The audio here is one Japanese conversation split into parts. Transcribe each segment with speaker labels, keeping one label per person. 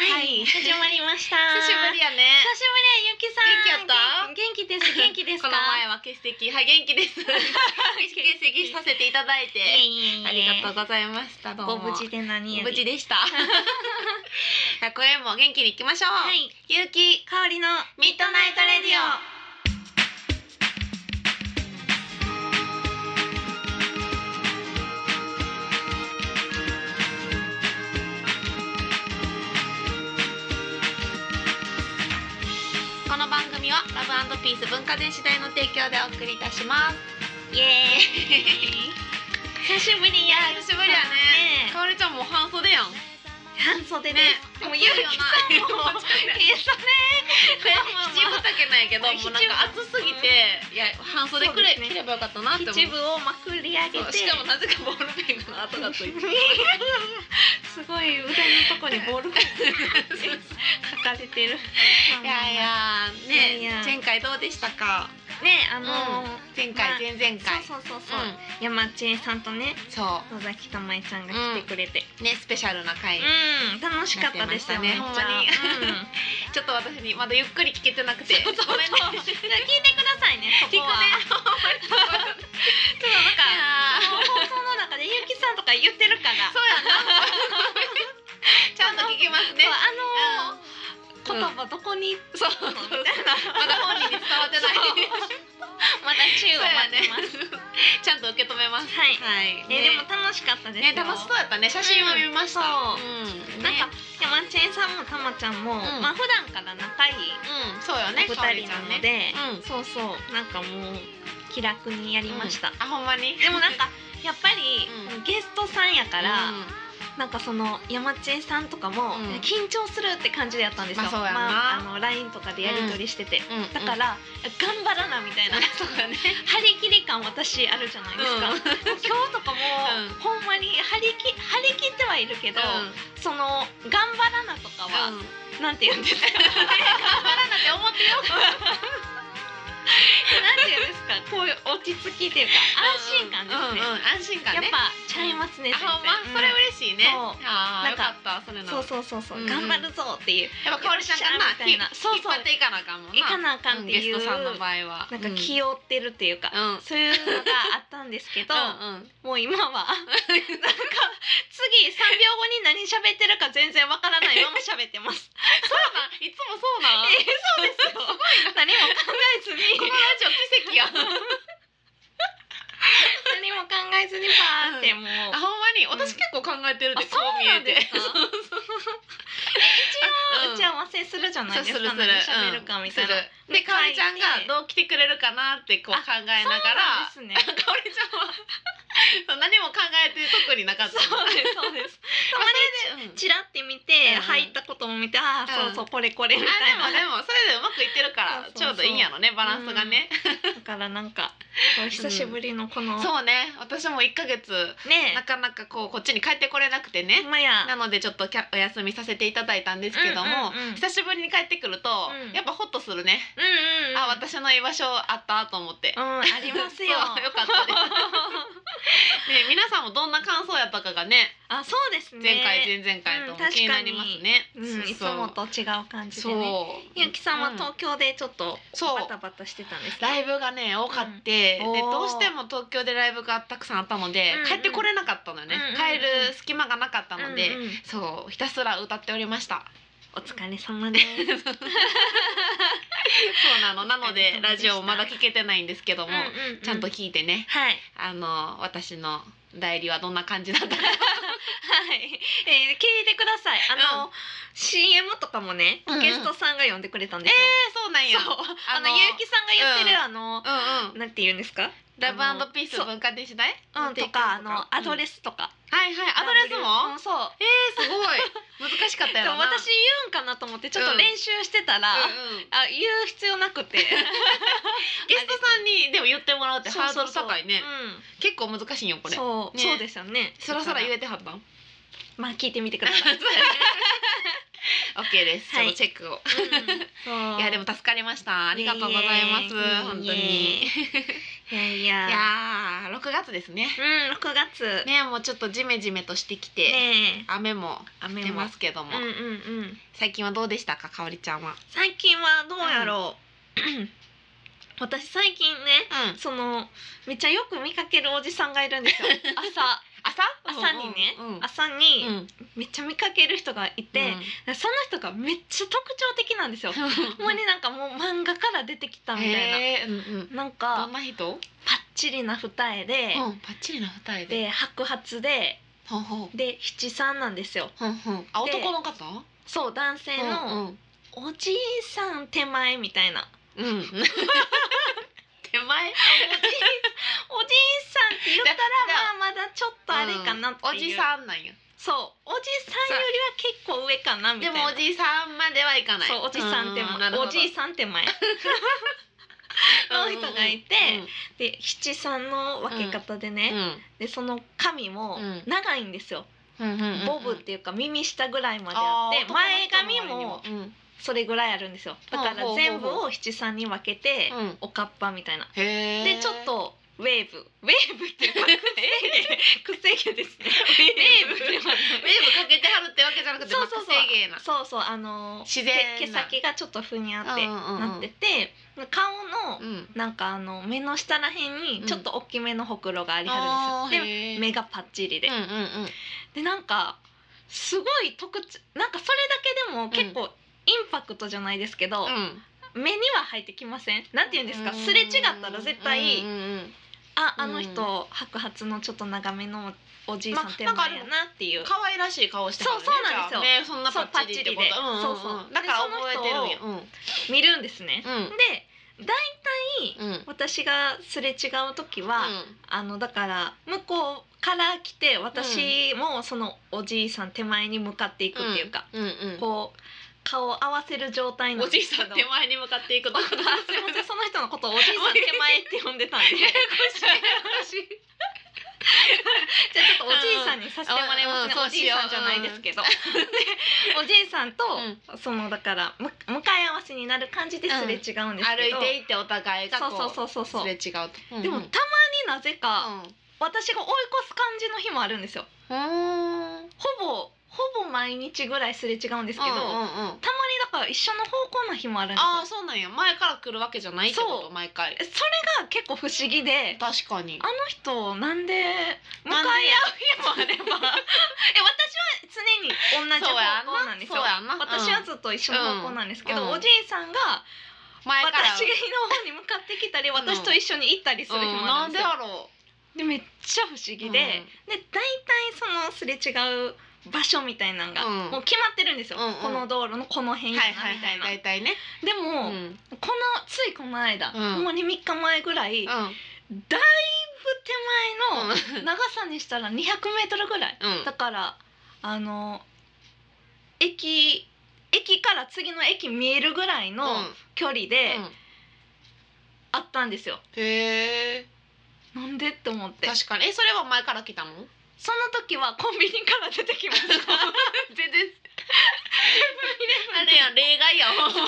Speaker 1: はい、久しぶりました。
Speaker 2: 久しぶりやね
Speaker 1: 久しぶりゆきさん。
Speaker 2: 元気やっ
Speaker 1: 元
Speaker 2: た
Speaker 1: 気です。元気です
Speaker 2: こ
Speaker 1: か。
Speaker 2: の前は欠席はい元気 です欠席させていただいて
Speaker 1: いえいえいえ
Speaker 2: ありがとうございましたどう
Speaker 1: ご
Speaker 2: も
Speaker 1: 無事で何より。
Speaker 2: 無事でした これも元気にいきましょう、
Speaker 1: はい。
Speaker 2: ゆうき
Speaker 1: 香りの
Speaker 2: ミッドナイトレディオこの番組はラブピース文化電子代の提供でお送りいたします
Speaker 1: オ。イエーイ。久しぶりや。
Speaker 2: 久しぶりやねかおりちゃんもう半袖やん
Speaker 1: 半袖で
Speaker 2: ね
Speaker 1: す。もうゆうきさんも。
Speaker 2: 暑いよな
Speaker 1: えそれ。
Speaker 2: 七分丈なんやけどもうなんか暑すぎていや半袖くれ
Speaker 1: そうですね
Speaker 2: 着ればよかったなって思う
Speaker 1: 七分をまくり上げ
Speaker 2: そう
Speaker 1: て。
Speaker 2: しかもなぜかボールペンの跡がついて
Speaker 1: すごい腕のとこにボー ルが書かれてる。
Speaker 2: いやいやね
Speaker 1: いやいや
Speaker 2: 前回どうでしたか
Speaker 1: ねあ
Speaker 2: うん
Speaker 1: の
Speaker 2: 前
Speaker 1: まあ
Speaker 2: 回前々回
Speaker 1: そうそうそうそう、
Speaker 2: うん
Speaker 1: 山千恵さんとね
Speaker 2: そ
Speaker 1: 野崎たまえちゃんが来てくれて、
Speaker 2: うねスペシャルな回
Speaker 1: うん楽しかったですよ
Speaker 2: やっ
Speaker 1: ね
Speaker 2: てま
Speaker 1: めっ
Speaker 2: し
Speaker 1: ち
Speaker 2: た
Speaker 1: ゃ
Speaker 2: ねほんまにちょっと私にまだゆっくり聞けてなくて
Speaker 1: そうそうそう
Speaker 2: ごめんね
Speaker 1: 聞 いてくださいねそこは
Speaker 2: 聞くね
Speaker 1: ちょっとなんか
Speaker 2: いやー
Speaker 1: 放送の中でゆきさんとか言ってるから
Speaker 2: そうやなちゃんと聞きますね
Speaker 1: そうあのー
Speaker 2: うん
Speaker 1: 言葉どこに行っ
Speaker 2: そう
Speaker 1: たのみたい な
Speaker 2: まだ本人に伝わってない
Speaker 1: そうまだ
Speaker 2: そ
Speaker 1: 宙を
Speaker 2: うや
Speaker 1: 待ってます、
Speaker 2: ねちゃんと受け止めます
Speaker 1: はい、
Speaker 2: はい
Speaker 1: えでも楽しかったです
Speaker 2: ね
Speaker 1: よ
Speaker 2: 楽しそうやったね写真は見ました、
Speaker 1: うんそ
Speaker 2: うん
Speaker 1: なん
Speaker 2: ね
Speaker 1: か山千恵さんもたまちゃんも、
Speaker 2: ん
Speaker 1: まあ普段から仲いい
Speaker 2: うんそうよ
Speaker 1: お二
Speaker 2: ねかおり
Speaker 1: 人
Speaker 2: ちゃ
Speaker 1: なんの
Speaker 2: ね
Speaker 1: で、
Speaker 2: うん
Speaker 1: そうそうなんかもう気楽にやりました、
Speaker 2: あほんまに
Speaker 1: でもなんかやっぱり、
Speaker 2: うん
Speaker 1: ゲストさんやか、
Speaker 2: から
Speaker 1: なんかその山千恵さんとかも、
Speaker 2: うん
Speaker 1: 緊張するって感じでやったんですよ、
Speaker 2: まあそうやな
Speaker 1: あ、あの LINE とかでやり取りしてて、
Speaker 2: うん
Speaker 1: だからら頑張らなみたいな
Speaker 2: そうだね
Speaker 1: 張り切り感私あるじゃないですか、
Speaker 2: うん
Speaker 1: 今日とかも、
Speaker 2: うん
Speaker 1: ほんまに張りき張り切ってはいるけど、その頑張らなとかは、
Speaker 2: うん
Speaker 1: なんて言うんですか
Speaker 2: 頑張らなって思ってよ
Speaker 1: なんて言うんですか こういう落ち着きっていうか安心感ですね、
Speaker 2: うんうん安心感
Speaker 1: やっ
Speaker 2: ね
Speaker 1: ぱちゃいますね
Speaker 2: あほんまそれ嬉しいね
Speaker 1: そう
Speaker 2: あー
Speaker 1: なん
Speaker 2: よ
Speaker 1: か
Speaker 2: かったそれな
Speaker 1: そう
Speaker 2: ら
Speaker 1: そうそうそう、
Speaker 2: うん
Speaker 1: 頑張るぞっていう
Speaker 2: やっぱかおりちゃんか
Speaker 1: よっしゃ
Speaker 2: な
Speaker 1: みたいな
Speaker 2: ひ
Speaker 1: そうそう
Speaker 2: 引っ張っていかなあかんもん
Speaker 1: いか
Speaker 2: な
Speaker 1: なあかんっていう、
Speaker 2: ゲストさんの場
Speaker 1: な
Speaker 2: 合は
Speaker 1: んか気負ってるっていうか、
Speaker 2: うん
Speaker 1: そういうのがあったんですけど、
Speaker 2: うんうん
Speaker 1: もう今は なんか次3秒後に何喋ってるか全然わからないまま喋って ます。
Speaker 2: そうなんいつもそ うなん
Speaker 1: えそうですよ。何も考えず に
Speaker 2: このラジオ奇跡やあ
Speaker 1: 何も考えずにパーってもう。
Speaker 2: ほんまに私結構考えてるで
Speaker 1: あ
Speaker 2: こう見えて
Speaker 1: そうなんですか
Speaker 2: うん
Speaker 1: 打ち合わせするじゃないですか。
Speaker 2: そうするする
Speaker 1: 何喋るかみたいな。
Speaker 2: うんするでかおりちゃんがどう来てくれるかなってこう
Speaker 1: あ
Speaker 2: 考えながら
Speaker 1: そう なんですね。
Speaker 2: かおりちゃんは そう何も考えて特になかった
Speaker 1: そうですそうです。たま
Speaker 2: に、うん
Speaker 1: にチラって見て、
Speaker 2: うん
Speaker 1: 入ったことも見て、ああ
Speaker 2: うん
Speaker 1: そうそうこれこれみたい
Speaker 2: あ
Speaker 1: な。
Speaker 2: でもでもそれでうまくいってるから
Speaker 1: そうそうそう
Speaker 2: ちょうどいいんやろねバランスがね、
Speaker 1: だからなんかこう久しぶりのこの、
Speaker 2: そうね私も1ヶ月
Speaker 1: ね
Speaker 2: なかなかこうこっちに帰ってこれなくて
Speaker 1: え
Speaker 2: ね
Speaker 1: まや
Speaker 2: なのでちょっとキャお休みさせていただいたんですけども、
Speaker 1: うんうんうん
Speaker 2: 久しぶりに帰ってくると、
Speaker 1: うん
Speaker 2: やっぱホッとするね、
Speaker 1: うんうんうん
Speaker 2: あ私の居場所あったと思って
Speaker 1: う、んありますよ
Speaker 2: そうよかったです ね皆さんもどんな感想やったかがね
Speaker 1: あそうですね
Speaker 2: 前回前々回と
Speaker 1: うん
Speaker 2: も気になりますね。
Speaker 1: うん、いつもと違う感じで
Speaker 2: そう
Speaker 1: ねゆうきさんは
Speaker 2: うん
Speaker 1: 東京でちょっと
Speaker 2: そう
Speaker 1: バタバタしてたんですね
Speaker 2: ライブがね多かって、
Speaker 1: うん
Speaker 2: で
Speaker 1: おー
Speaker 2: どうしても東京でライブがたくさんあったので、
Speaker 1: うんうん
Speaker 2: 帰ってこれなかったのよね、
Speaker 1: うんうんうん
Speaker 2: 帰る隙間がなかったので、
Speaker 1: うんうん
Speaker 2: そうひたすら歌っており ました。
Speaker 1: お疲れ様です
Speaker 2: そうなのなので
Speaker 1: お疲れ様でした
Speaker 2: ラジオまだ聞けてないんですけども、
Speaker 1: うんうん
Speaker 2: ちゃんと聞いてね
Speaker 1: はい
Speaker 2: あの私の代理はどんな感じだったか
Speaker 1: はい、えー、聞いてくださいあの、
Speaker 2: う
Speaker 1: CM とかもね
Speaker 2: うんうん
Speaker 1: ゲストさんが呼んでくれたんですよ、
Speaker 2: そうなんや
Speaker 1: そう
Speaker 2: あ
Speaker 1: あの
Speaker 2: の
Speaker 1: ゆうきさんが言ってる、あの
Speaker 2: うんうん
Speaker 1: なんて言うんですか
Speaker 2: ラブピース
Speaker 1: そう
Speaker 2: 文化電子代
Speaker 1: うんとかあのアドレ
Speaker 2: ス、
Speaker 1: スとか
Speaker 2: うんはいはいアドレス
Speaker 1: う
Speaker 2: も
Speaker 1: んそう
Speaker 2: えー、す ごい難しかった
Speaker 1: で
Speaker 2: よ
Speaker 1: も
Speaker 2: な
Speaker 1: 私言うんかなと思ってちょっと練習してたら、
Speaker 2: うんうん
Speaker 1: あ言う必要なくて
Speaker 2: ゲストさんにでも言ってもらうって
Speaker 1: そう
Speaker 2: ハー
Speaker 1: そ
Speaker 2: ド
Speaker 1: う
Speaker 2: ル
Speaker 1: そう
Speaker 2: 高いね結構難しいんよ
Speaker 1: う
Speaker 2: こ
Speaker 1: ん
Speaker 2: れ
Speaker 1: そう、
Speaker 2: ね
Speaker 1: そうですよね
Speaker 2: そらそら言
Speaker 1: え
Speaker 2: えてはったんオッ
Speaker 1: まあ聞いてみてく ださい、
Speaker 2: ケーですちょ
Speaker 1: は
Speaker 2: っ
Speaker 1: い
Speaker 2: とチェック を、
Speaker 1: うんそう
Speaker 2: い、やでも助かりましたありがとうございま
Speaker 1: い
Speaker 2: す
Speaker 1: えいえ
Speaker 2: 本当
Speaker 1: いえい
Speaker 2: に
Speaker 1: えいやいや
Speaker 2: いやー6月ですね
Speaker 1: うん6月ね
Speaker 2: ねもうちょっとジメジメとしてきて、
Speaker 1: え
Speaker 2: 雨も
Speaker 1: 雨
Speaker 2: 来て
Speaker 1: も
Speaker 2: ますけども、
Speaker 1: うんうんうん
Speaker 2: 最近はどうでしたかかおりちゃんは
Speaker 1: 最近はどうやろう、 私最近ね
Speaker 2: うん
Speaker 1: そのめっちゃよく見かけるおじさんがいるんですよ朝
Speaker 2: 朝
Speaker 1: 朝にね、
Speaker 2: うんうん
Speaker 1: 朝
Speaker 2: う
Speaker 1: に
Speaker 2: ん
Speaker 1: めっちゃ見かける人がいて、その人がめっちゃ特徴的なんですよほん まになん かもう漫画から出てきた
Speaker 2: うん
Speaker 1: みたい
Speaker 2: へーうんうん
Speaker 1: ななん
Speaker 2: ど
Speaker 1: か
Speaker 2: んな人、うん、
Speaker 1: パッチリな二重で、
Speaker 2: パッチリな二重で
Speaker 1: で白髪で
Speaker 2: ほうほう
Speaker 1: で七三なんですよ
Speaker 2: ほうほうあ
Speaker 1: で
Speaker 2: 男の方
Speaker 1: そう男性の
Speaker 2: うん
Speaker 1: おじいさん手前みたいな
Speaker 2: うん、 うん手前
Speaker 1: おじいさんって言ったらまあまだちょっとあれかなっていう、
Speaker 2: おじさんなんや
Speaker 1: そうおじさんよりは結構上かなみた
Speaker 2: で
Speaker 1: いな
Speaker 2: もおじさんまではいかない
Speaker 1: そうおじさん手
Speaker 2: うな
Speaker 1: 前
Speaker 2: るほ
Speaker 1: お
Speaker 2: ど
Speaker 1: じいさん手前の人がいてで七三の分け方でね、でその髪も
Speaker 2: うん
Speaker 1: 長いんですよ、ボブっていうか耳下ぐらいまであって、前髪もそれぐらいあるんですよだか
Speaker 2: ほうほ
Speaker 1: ら
Speaker 2: う
Speaker 1: 全部を七三に分けて、
Speaker 2: うん
Speaker 1: おかっぱみたいな
Speaker 2: で
Speaker 1: でちょっとウェーブウェーブっていうか癖毛癖毛ですねウェーブっていうか
Speaker 2: ウェーブかけてはるってわけじゃなくて
Speaker 1: そうそうそう
Speaker 2: まあ癖芸な
Speaker 1: そうそうあのー
Speaker 2: 自然な
Speaker 1: 毛毛先がちょっとふにゃってなってて、顔の
Speaker 2: うん
Speaker 1: なんかあの目の下らへんにちょっと大きめのほくろがありは
Speaker 2: あ
Speaker 1: るんです
Speaker 2: ー
Speaker 1: よ、
Speaker 2: へ
Speaker 1: で
Speaker 2: ー
Speaker 1: 目がパッチリで、
Speaker 2: うんうんうん
Speaker 1: でなんかすごい特徴なんかそれだけでも結構インパクトじゃないですけど、
Speaker 2: うん
Speaker 1: 目には入ってきませんなんて言うんですか
Speaker 2: うん
Speaker 1: すれ違ったら絶対、
Speaker 2: うんうん
Speaker 1: あ
Speaker 2: うん
Speaker 1: あの人白髪のちょっと長めのおじいさん手前
Speaker 2: まあなんか
Speaker 1: やなっていう、
Speaker 2: うん可愛らしい顔してはるね
Speaker 1: そうそうなんですよ
Speaker 2: じゃあねそんなパッチリってこと
Speaker 1: そうパッチリでそうそ
Speaker 2: んんん
Speaker 1: う
Speaker 2: だから覚えてるん
Speaker 1: で
Speaker 2: や
Speaker 1: そ
Speaker 2: うん
Speaker 1: 見るんですね。
Speaker 2: うん
Speaker 1: でだい
Speaker 2: うん
Speaker 1: 私がすれ違う時は、
Speaker 2: う
Speaker 1: あのだから向こうから来て私もそのおじいさん手前に向かっていくっていうか、
Speaker 2: んうんうん
Speaker 1: こう顔を合わせる状態なん
Speaker 2: お
Speaker 1: です
Speaker 2: じ
Speaker 1: け
Speaker 2: い
Speaker 1: ど
Speaker 2: さん手前に向かっていくと
Speaker 1: あすいませんその人のことをおじいさん手前って呼んでたんで
Speaker 2: しい
Speaker 1: ややこしいじゃあちょっとおじいさんにさせてもらいますね、
Speaker 2: うんうん
Speaker 1: おじいさんじゃないですけど、でおじいさんと、そのだからむ向かい合わせになる感じですれ違うんですけど、
Speaker 2: 歩いていってお互いが
Speaker 1: そうそ
Speaker 2: こ
Speaker 1: うそうそうそう
Speaker 2: すれ違うとうんうん
Speaker 1: でもたまになぜか、私が追い越す感じの日もあるんですよ
Speaker 2: うんうん
Speaker 1: ほぼほぼ毎日ぐらいすれ違うんですけど、
Speaker 2: うんうん
Speaker 1: たまに
Speaker 2: うん
Speaker 1: だから一緒の方向の日もあるんです
Speaker 2: ああ
Speaker 1: よ
Speaker 2: そうなんや前から来るわけじゃないってこ
Speaker 1: そ
Speaker 2: と毎回
Speaker 1: それが結構不思議で
Speaker 2: 確か
Speaker 1: あ
Speaker 2: に
Speaker 1: の人なんで向
Speaker 2: なん
Speaker 1: かい
Speaker 2: で
Speaker 1: 合う日もあればえ私は 常に同じ
Speaker 2: そうや
Speaker 1: 方向なんです
Speaker 2: そう
Speaker 1: よ
Speaker 2: やな
Speaker 1: 私は
Speaker 2: うん
Speaker 1: ずっと一緒の方向なんですけど、
Speaker 2: うんうん
Speaker 1: おじいさんが
Speaker 2: 前から
Speaker 1: 私の方に向かってき たり私と一緒に行ったりする日
Speaker 2: うん
Speaker 1: もある
Speaker 2: な
Speaker 1: ん
Speaker 2: ん
Speaker 1: で
Speaker 2: です
Speaker 1: よ、
Speaker 2: やろ
Speaker 1: でめっちゃ不思議で、
Speaker 2: うん
Speaker 1: で大体そのすれ違う場所みたいなのが、
Speaker 2: うん
Speaker 1: もう決まってるんですよ、
Speaker 2: うんうん
Speaker 1: この道路のこの
Speaker 2: う
Speaker 1: 辺
Speaker 2: はい
Speaker 1: やな
Speaker 2: はい
Speaker 1: みたいな、
Speaker 2: はい大体ね
Speaker 1: で
Speaker 2: う
Speaker 1: も、
Speaker 2: ん
Speaker 1: このついこの間、
Speaker 2: うん
Speaker 1: ほんまに3日前ぐらい、だいぶ手前の
Speaker 2: うん
Speaker 1: 長さにしたら2 0 0メートルぐらい、
Speaker 2: うん
Speaker 1: だからあの駅駅から次の駅見えるぐらいの
Speaker 2: うん
Speaker 1: 距離で
Speaker 2: うん
Speaker 1: あったんですよ、
Speaker 2: へえ
Speaker 1: なんでって思って
Speaker 2: 確かにえそれは前から来たの
Speaker 1: その時はコンビニから出てきま した
Speaker 2: 全然 あれやん例外や んほんま
Speaker 1: め
Speaker 2: に
Speaker 1: っ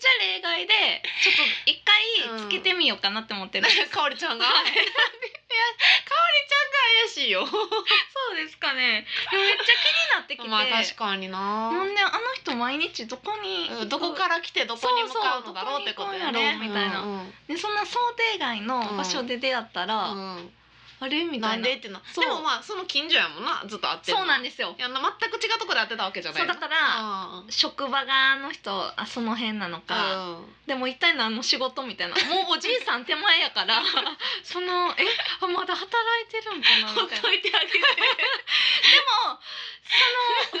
Speaker 1: ちゃ例外でちょっと一回つけてみようかなって思ってる、
Speaker 2: かおりちゃんが
Speaker 1: はい
Speaker 2: いやかおりちゃんが怪しいよ
Speaker 1: そうですかねでもめっちゃ気になってきて、
Speaker 2: まあ確かにな
Speaker 1: なんであの人毎日どこに行
Speaker 2: う
Speaker 1: く
Speaker 2: んどこから来てどこに向かうのだろうってこと
Speaker 1: そうそ
Speaker 2: やね
Speaker 1: うどこに行くんやろうみたいな
Speaker 2: うんうん
Speaker 1: でそんな想定外の場所で出会ったら、
Speaker 2: うん
Speaker 1: あれみた
Speaker 2: な
Speaker 1: な
Speaker 2: い
Speaker 1: ん
Speaker 2: でってな
Speaker 1: そう
Speaker 2: でもまあその近所やもんなずっと会って
Speaker 1: そうなん
Speaker 2: で
Speaker 1: ですよ
Speaker 2: いやな全く違うとこで会ってたわけじゃない
Speaker 1: そうだ
Speaker 2: ら
Speaker 1: から職場があの人あその辺なのか、でも一体何の仕事みたいなもうおじいさん手前やから そのえあまだ働いてるんかなみたいなでも
Speaker 2: いてあげて
Speaker 1: その服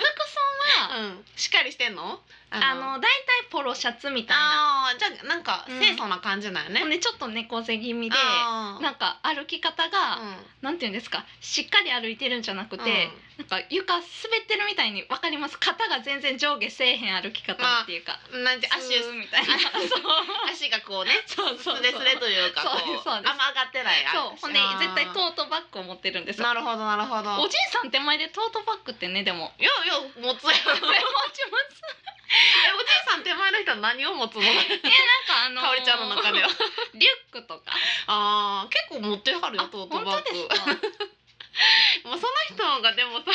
Speaker 1: 装は
Speaker 2: うんしっかりしてんの
Speaker 1: あの大体ポロシャツみたいな
Speaker 2: あーじゃあなんか
Speaker 1: うん
Speaker 2: 清楚な感じなんやね
Speaker 1: ほんでちょっと猫背気味で
Speaker 2: あー
Speaker 1: なんか歩き方が、
Speaker 2: う
Speaker 1: なんていうんですかしっかり歩いてるんじゃなく
Speaker 2: ん
Speaker 1: て、なんか床滑ってるみたいにわかります肩が全然上下せえへん歩き方っていうか、
Speaker 2: うんなんて足
Speaker 1: スーみたいな
Speaker 2: 足がこうね
Speaker 1: そうそうそう
Speaker 2: スレスレというかこ
Speaker 1: そうです
Speaker 2: う
Speaker 1: そ
Speaker 2: あ
Speaker 1: うんです
Speaker 2: ま上がってない
Speaker 1: そうほんで
Speaker 2: あー
Speaker 1: 絶対トートバッグを持ってるんですよ
Speaker 2: なるほどなるほど
Speaker 1: おじいさん手前でトートバッグってねでも
Speaker 2: いやいや持つやろ
Speaker 1: 持ちます
Speaker 2: おじいさん手前の人は何を持つの
Speaker 1: なんかあのー、
Speaker 2: かおりちゃんの中では
Speaker 1: リュックとか
Speaker 2: ああ結構持ってはるよ
Speaker 1: あ
Speaker 2: トー
Speaker 1: 本
Speaker 2: トバッ
Speaker 1: 当で
Speaker 2: グ
Speaker 1: すか
Speaker 2: もうその人がでもさ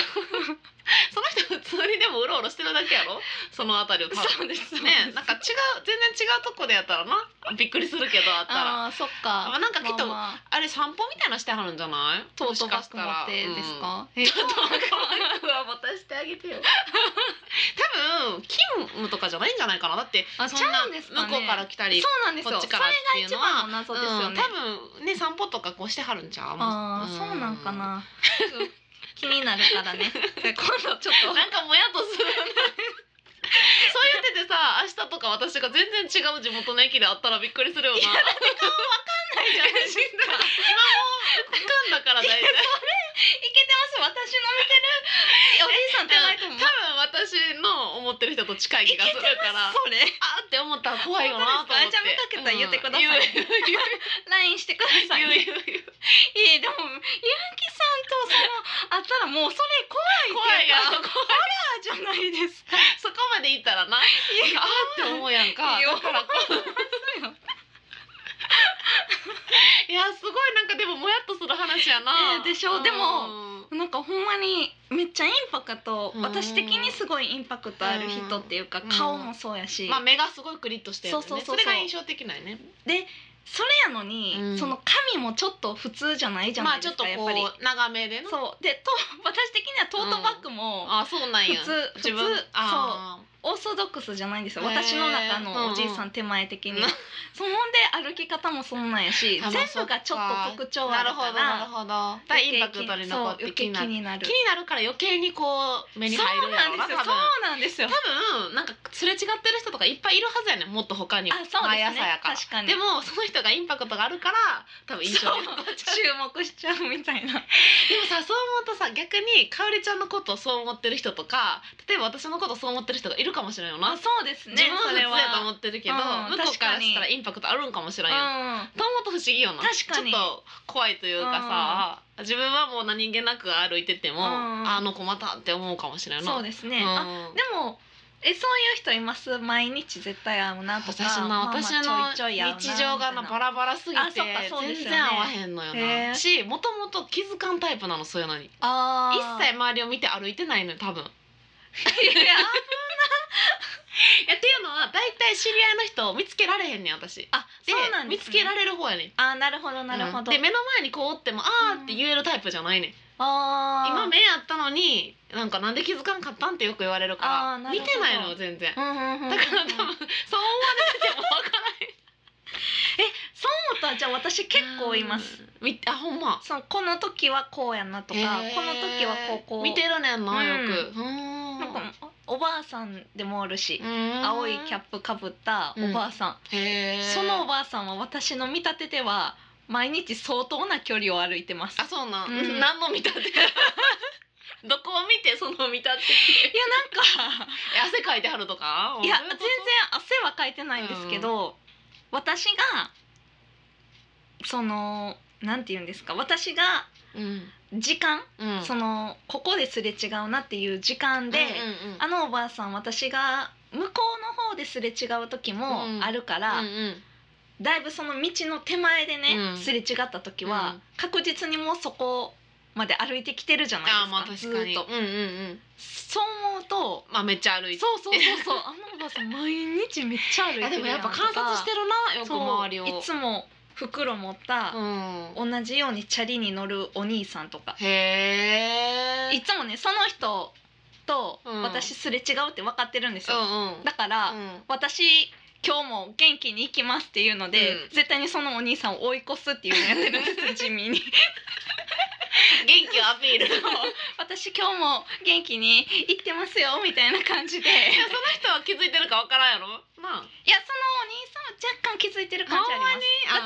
Speaker 2: その人普通にでもうろうろしてるだけやろその辺りを多分
Speaker 1: そうです
Speaker 2: ねなんか違う全然違うとこでやったらなびっくりするけどあったらあ
Speaker 1: あーそっか
Speaker 2: まあなんかきっ
Speaker 1: まあ
Speaker 2: と
Speaker 1: まあ
Speaker 2: れ散歩みたいなしてはるんじゃない
Speaker 1: トートバッグ持ってです、か、え
Speaker 2: もししたらうん、トートバッグは持たしてあげてよ 多分勤務とかじゃないんじゃないかなだって
Speaker 1: あ
Speaker 2: そん
Speaker 1: ちゃ
Speaker 2: な
Speaker 1: うん
Speaker 2: 向
Speaker 1: ですかね
Speaker 2: こうから来たり
Speaker 1: そうなんです
Speaker 2: こ
Speaker 1: よ
Speaker 2: っ
Speaker 1: そ
Speaker 2: ち
Speaker 1: れ
Speaker 2: か
Speaker 1: が
Speaker 2: らっていう
Speaker 1: 一
Speaker 2: のは
Speaker 1: 番の謎ですよね、
Speaker 2: うん、多分ね散歩とかこうしてはるんちゃう
Speaker 1: あー、そうなんかな気になるからねじゃあ今度ちょっと
Speaker 2: なんかもやっとするねそう言っててさ明日とか私が全然違う地元の駅で会ったらびっくりするよな
Speaker 1: ないじゃないですか
Speaker 2: 区間だから大体
Speaker 1: いけてます私の見てるおじいさんってないと思う
Speaker 2: 多分私の思ってる人と近い気がするからあ
Speaker 1: それ
Speaker 2: ーって思ったら怖いよなと思って
Speaker 1: 本当ですかじゃあ見かけたら言ってください
Speaker 2: うん言う言う
Speaker 1: LINE してください、ね、
Speaker 2: 言う言う
Speaker 1: いやでもゆうきさんとそのあったらもうそれ怖い
Speaker 2: 怖いやん
Speaker 1: 怖いじゃないですか
Speaker 2: そこまで行ったらなあ
Speaker 1: いや
Speaker 2: ーって思うやんか
Speaker 1: いいよ
Speaker 2: だからこ
Speaker 1: そうよ
Speaker 2: ういやすごいなんかでももやっとする話やな、
Speaker 1: えーでしょでも
Speaker 2: うん
Speaker 1: なんかほんまにめっちゃインパクト
Speaker 2: うん
Speaker 1: 私的にすごいインパクトある人っていうか
Speaker 2: うん
Speaker 1: 顔もそうやし、
Speaker 2: まあ目がすごいクリッとしてるよね
Speaker 1: そうそうそうそう
Speaker 2: れが印象的なんよね
Speaker 1: それやのに、
Speaker 2: うん
Speaker 1: その髪もちょっと普通じゃないじゃ
Speaker 2: ま
Speaker 1: な
Speaker 2: あ
Speaker 1: いで
Speaker 2: ちょ
Speaker 1: す
Speaker 2: っと
Speaker 1: か、
Speaker 2: こ
Speaker 1: やっぱり
Speaker 2: う長めでな
Speaker 1: そうでと 私的にはトートバッグも、
Speaker 2: あそうなんや
Speaker 1: 普通
Speaker 2: 自
Speaker 1: 普
Speaker 2: 分
Speaker 1: 通
Speaker 2: あ
Speaker 1: オーソドックスじゃないんですよ
Speaker 2: へー
Speaker 1: 私の中のおじいさん手前的に、
Speaker 2: うんうん
Speaker 1: そんで歩き方もそんなんやし
Speaker 2: あまあ
Speaker 1: 全部がちょっと特
Speaker 2: ー
Speaker 1: 徴あ
Speaker 2: なる
Speaker 1: る
Speaker 2: ほ
Speaker 1: か
Speaker 2: どなる
Speaker 1: ら
Speaker 2: ほどだか
Speaker 1: 余
Speaker 2: ら
Speaker 1: 計
Speaker 2: インパクトに残って
Speaker 1: そう
Speaker 2: 気に
Speaker 1: 余計気
Speaker 2: なる
Speaker 1: になる
Speaker 2: 気になるから余計にこう目に入る
Speaker 1: そ
Speaker 2: ん
Speaker 1: う
Speaker 2: や
Speaker 1: なん
Speaker 2: ろ
Speaker 1: ですよ
Speaker 2: 多
Speaker 1: そ
Speaker 2: 分
Speaker 1: うなんですよ
Speaker 2: 多分なんかすれ違ってる人とかいっぱいいるはずやねんもっと他にも
Speaker 1: あそう
Speaker 2: 毎
Speaker 1: です
Speaker 2: 朝や
Speaker 1: ね
Speaker 2: から
Speaker 1: 確かに
Speaker 2: でもその人がインパクトがあるから多分印象
Speaker 1: そう
Speaker 2: に残っちゃう
Speaker 1: 注目しちゃうみたいな
Speaker 2: でもさそう思うとさ逆にかおりちゃんのことをそう思ってる人とか例えば私のことをそう思ってる人がいるかもしれんよな
Speaker 1: あそうですね
Speaker 2: 自分は
Speaker 1: そ
Speaker 2: 普通
Speaker 1: れは
Speaker 2: やと思ってるけど、
Speaker 1: うん
Speaker 2: 向こうからした
Speaker 1: 確
Speaker 2: ら
Speaker 1: か
Speaker 2: インパクトあるんかもしれんやん、
Speaker 1: うん
Speaker 2: と思うと不思議よな
Speaker 1: 確かに
Speaker 2: ちょっと怖いというかさ、自分はもう何気なく歩いてても、
Speaker 1: うん
Speaker 2: あの子またって思うかもしれんな
Speaker 1: そう
Speaker 2: で
Speaker 1: ですね、あでもえそういう人います毎日絶対会うなとか
Speaker 2: 私
Speaker 1: ま
Speaker 2: な
Speaker 1: あまあ
Speaker 2: 私
Speaker 1: ちょいちょい会う
Speaker 2: の
Speaker 1: な
Speaker 2: 日常がな
Speaker 1: みた
Speaker 2: バ
Speaker 1: い
Speaker 2: ラバラすぎて
Speaker 1: あそっかそうですよね
Speaker 2: 全然合わへんのよ
Speaker 1: へ
Speaker 2: な
Speaker 1: ー
Speaker 2: しもともと気づかんタイプなのそういうのに一
Speaker 1: あー
Speaker 2: 切周りを見て歩いてないのよ多分。
Speaker 1: いや
Speaker 2: いやっていうのは大体知り合いの人を見つけられへんねん私。
Speaker 1: あ
Speaker 2: で
Speaker 1: そうなんです、ね、
Speaker 2: 見つけられる方やねん。
Speaker 1: あーなるほどなるほど、
Speaker 2: うんで目の前にこうおってもあーって言えるタイプじゃないねん、
Speaker 1: あー
Speaker 2: 今目やったのになんかなんで気づかんかったんってよく言われるか
Speaker 1: あー
Speaker 2: ら
Speaker 1: なる
Speaker 2: 見
Speaker 1: ほど
Speaker 2: てないのよ全然、
Speaker 1: うんうんうんうん
Speaker 2: だから多分そう思われててもわからない
Speaker 1: そうとはじゃあ私結構います、
Speaker 2: うんみあほんま
Speaker 1: そのこの時はこうやなとか、
Speaker 2: へー
Speaker 1: この時はこうこう
Speaker 2: 見てるねんなよくうーん
Speaker 1: なんかおばあさんでもおるし
Speaker 2: う、ーん
Speaker 1: 青いキャップかぶったおばあさん、
Speaker 2: へー
Speaker 1: そのおばあさんは私の見立てでは毎日相当な距離を歩いてます
Speaker 2: あそうなん、
Speaker 1: うん
Speaker 2: 何の見立て どこを見てその見立て
Speaker 1: いやなんか
Speaker 2: え汗かいてはるとか
Speaker 1: いや
Speaker 2: どう
Speaker 1: 全
Speaker 2: う
Speaker 1: 然
Speaker 2: こと
Speaker 1: 汗はかいてないんですけど、私がそのなんて言うんですか私が時間、
Speaker 2: うんうん
Speaker 1: そのここですれ違うなっていう時間で、
Speaker 2: うんうんうん
Speaker 1: あのおばあさん私が向こうの方ですれ違う時もあるから、
Speaker 2: うんうん
Speaker 1: だいぶその道の手前でね、
Speaker 2: うん
Speaker 1: すれ違った時
Speaker 2: う
Speaker 1: は
Speaker 2: ん
Speaker 1: 確実にもうそこまで歩いてきてるじゃないです
Speaker 2: あ
Speaker 1: か
Speaker 2: ーまあ確かに
Speaker 1: ずーっ
Speaker 2: うんうんうん
Speaker 1: とそう思うと
Speaker 2: まあめっちゃ歩いて
Speaker 1: そうそうそうそうあのおばあさん毎日めっちゃ歩いてる
Speaker 2: あでもやっぱ
Speaker 1: んと
Speaker 2: 観
Speaker 1: か
Speaker 2: 察してるなよく周りを
Speaker 1: そういつも袋持った、
Speaker 2: うん
Speaker 1: 同じようにチャリに乗るお兄さんとか
Speaker 2: へえ
Speaker 1: いつもねその人と
Speaker 2: うん
Speaker 1: 私すれ違うって分かってるんです
Speaker 2: う
Speaker 1: よ、
Speaker 2: んうん
Speaker 1: だから、
Speaker 2: うん
Speaker 1: 私今日も元気に行きますっていうので、
Speaker 2: うん
Speaker 1: 絶対にそのお兄さんを追い越すっていうのをやってるんです地 味に
Speaker 2: 元気をアピールでも
Speaker 1: 私今日も元気に行ってますよみたいな感じでいや
Speaker 2: その人は気づいてるかわからんやろなあ
Speaker 1: そのお兄さんは若干気づいてる感じあります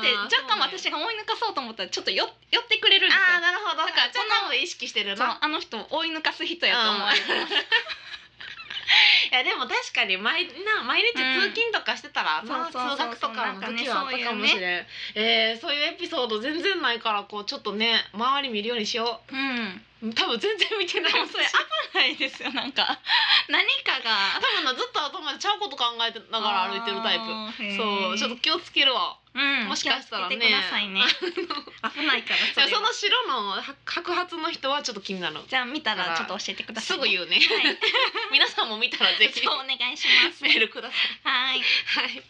Speaker 1: だって若干私が追い抜かそうと思ったらちょっとよ寄ってくれるんですよ
Speaker 2: あーなるほどだ
Speaker 1: だか
Speaker 2: か
Speaker 1: らら
Speaker 2: ちょっと多分意識してる
Speaker 1: そ
Speaker 2: な
Speaker 1: うあの人を追い抜かす人やと思われてます、
Speaker 2: いやでも確かに毎な毎日通勤とかしてたら、
Speaker 1: うん
Speaker 2: まあ
Speaker 1: そうそうそう
Speaker 2: 通学とかの時はあったかもしれん、
Speaker 1: なんかねそういう
Speaker 2: えーそういうエピソード全然ないからこうちょっとね周り見るようにしよ
Speaker 1: うん
Speaker 2: う多分全然見て
Speaker 1: で
Speaker 2: ない
Speaker 1: も それ危ないですよなんか何か
Speaker 2: 多
Speaker 1: が
Speaker 2: 分なずっと頭でちゃうこと考えてながら歩いてるタイプ
Speaker 1: あー
Speaker 2: そうちょっと、気をつけるわ
Speaker 1: へーうん、
Speaker 2: もしかしたらね
Speaker 1: 気をつけてくださいね危ないから
Speaker 2: い
Speaker 1: そ
Speaker 2: や
Speaker 1: れ
Speaker 2: そ
Speaker 1: は
Speaker 2: の白の白髪の人はちょっと気になる
Speaker 1: じゃあ見たらちょっと教えてくださ
Speaker 2: す
Speaker 1: い、
Speaker 2: ぐ
Speaker 1: ね、
Speaker 2: 言うね
Speaker 1: はい
Speaker 2: 皆さんも見たらぜひ
Speaker 1: そうお願いします
Speaker 2: メールくださ
Speaker 1: はい
Speaker 2: いはい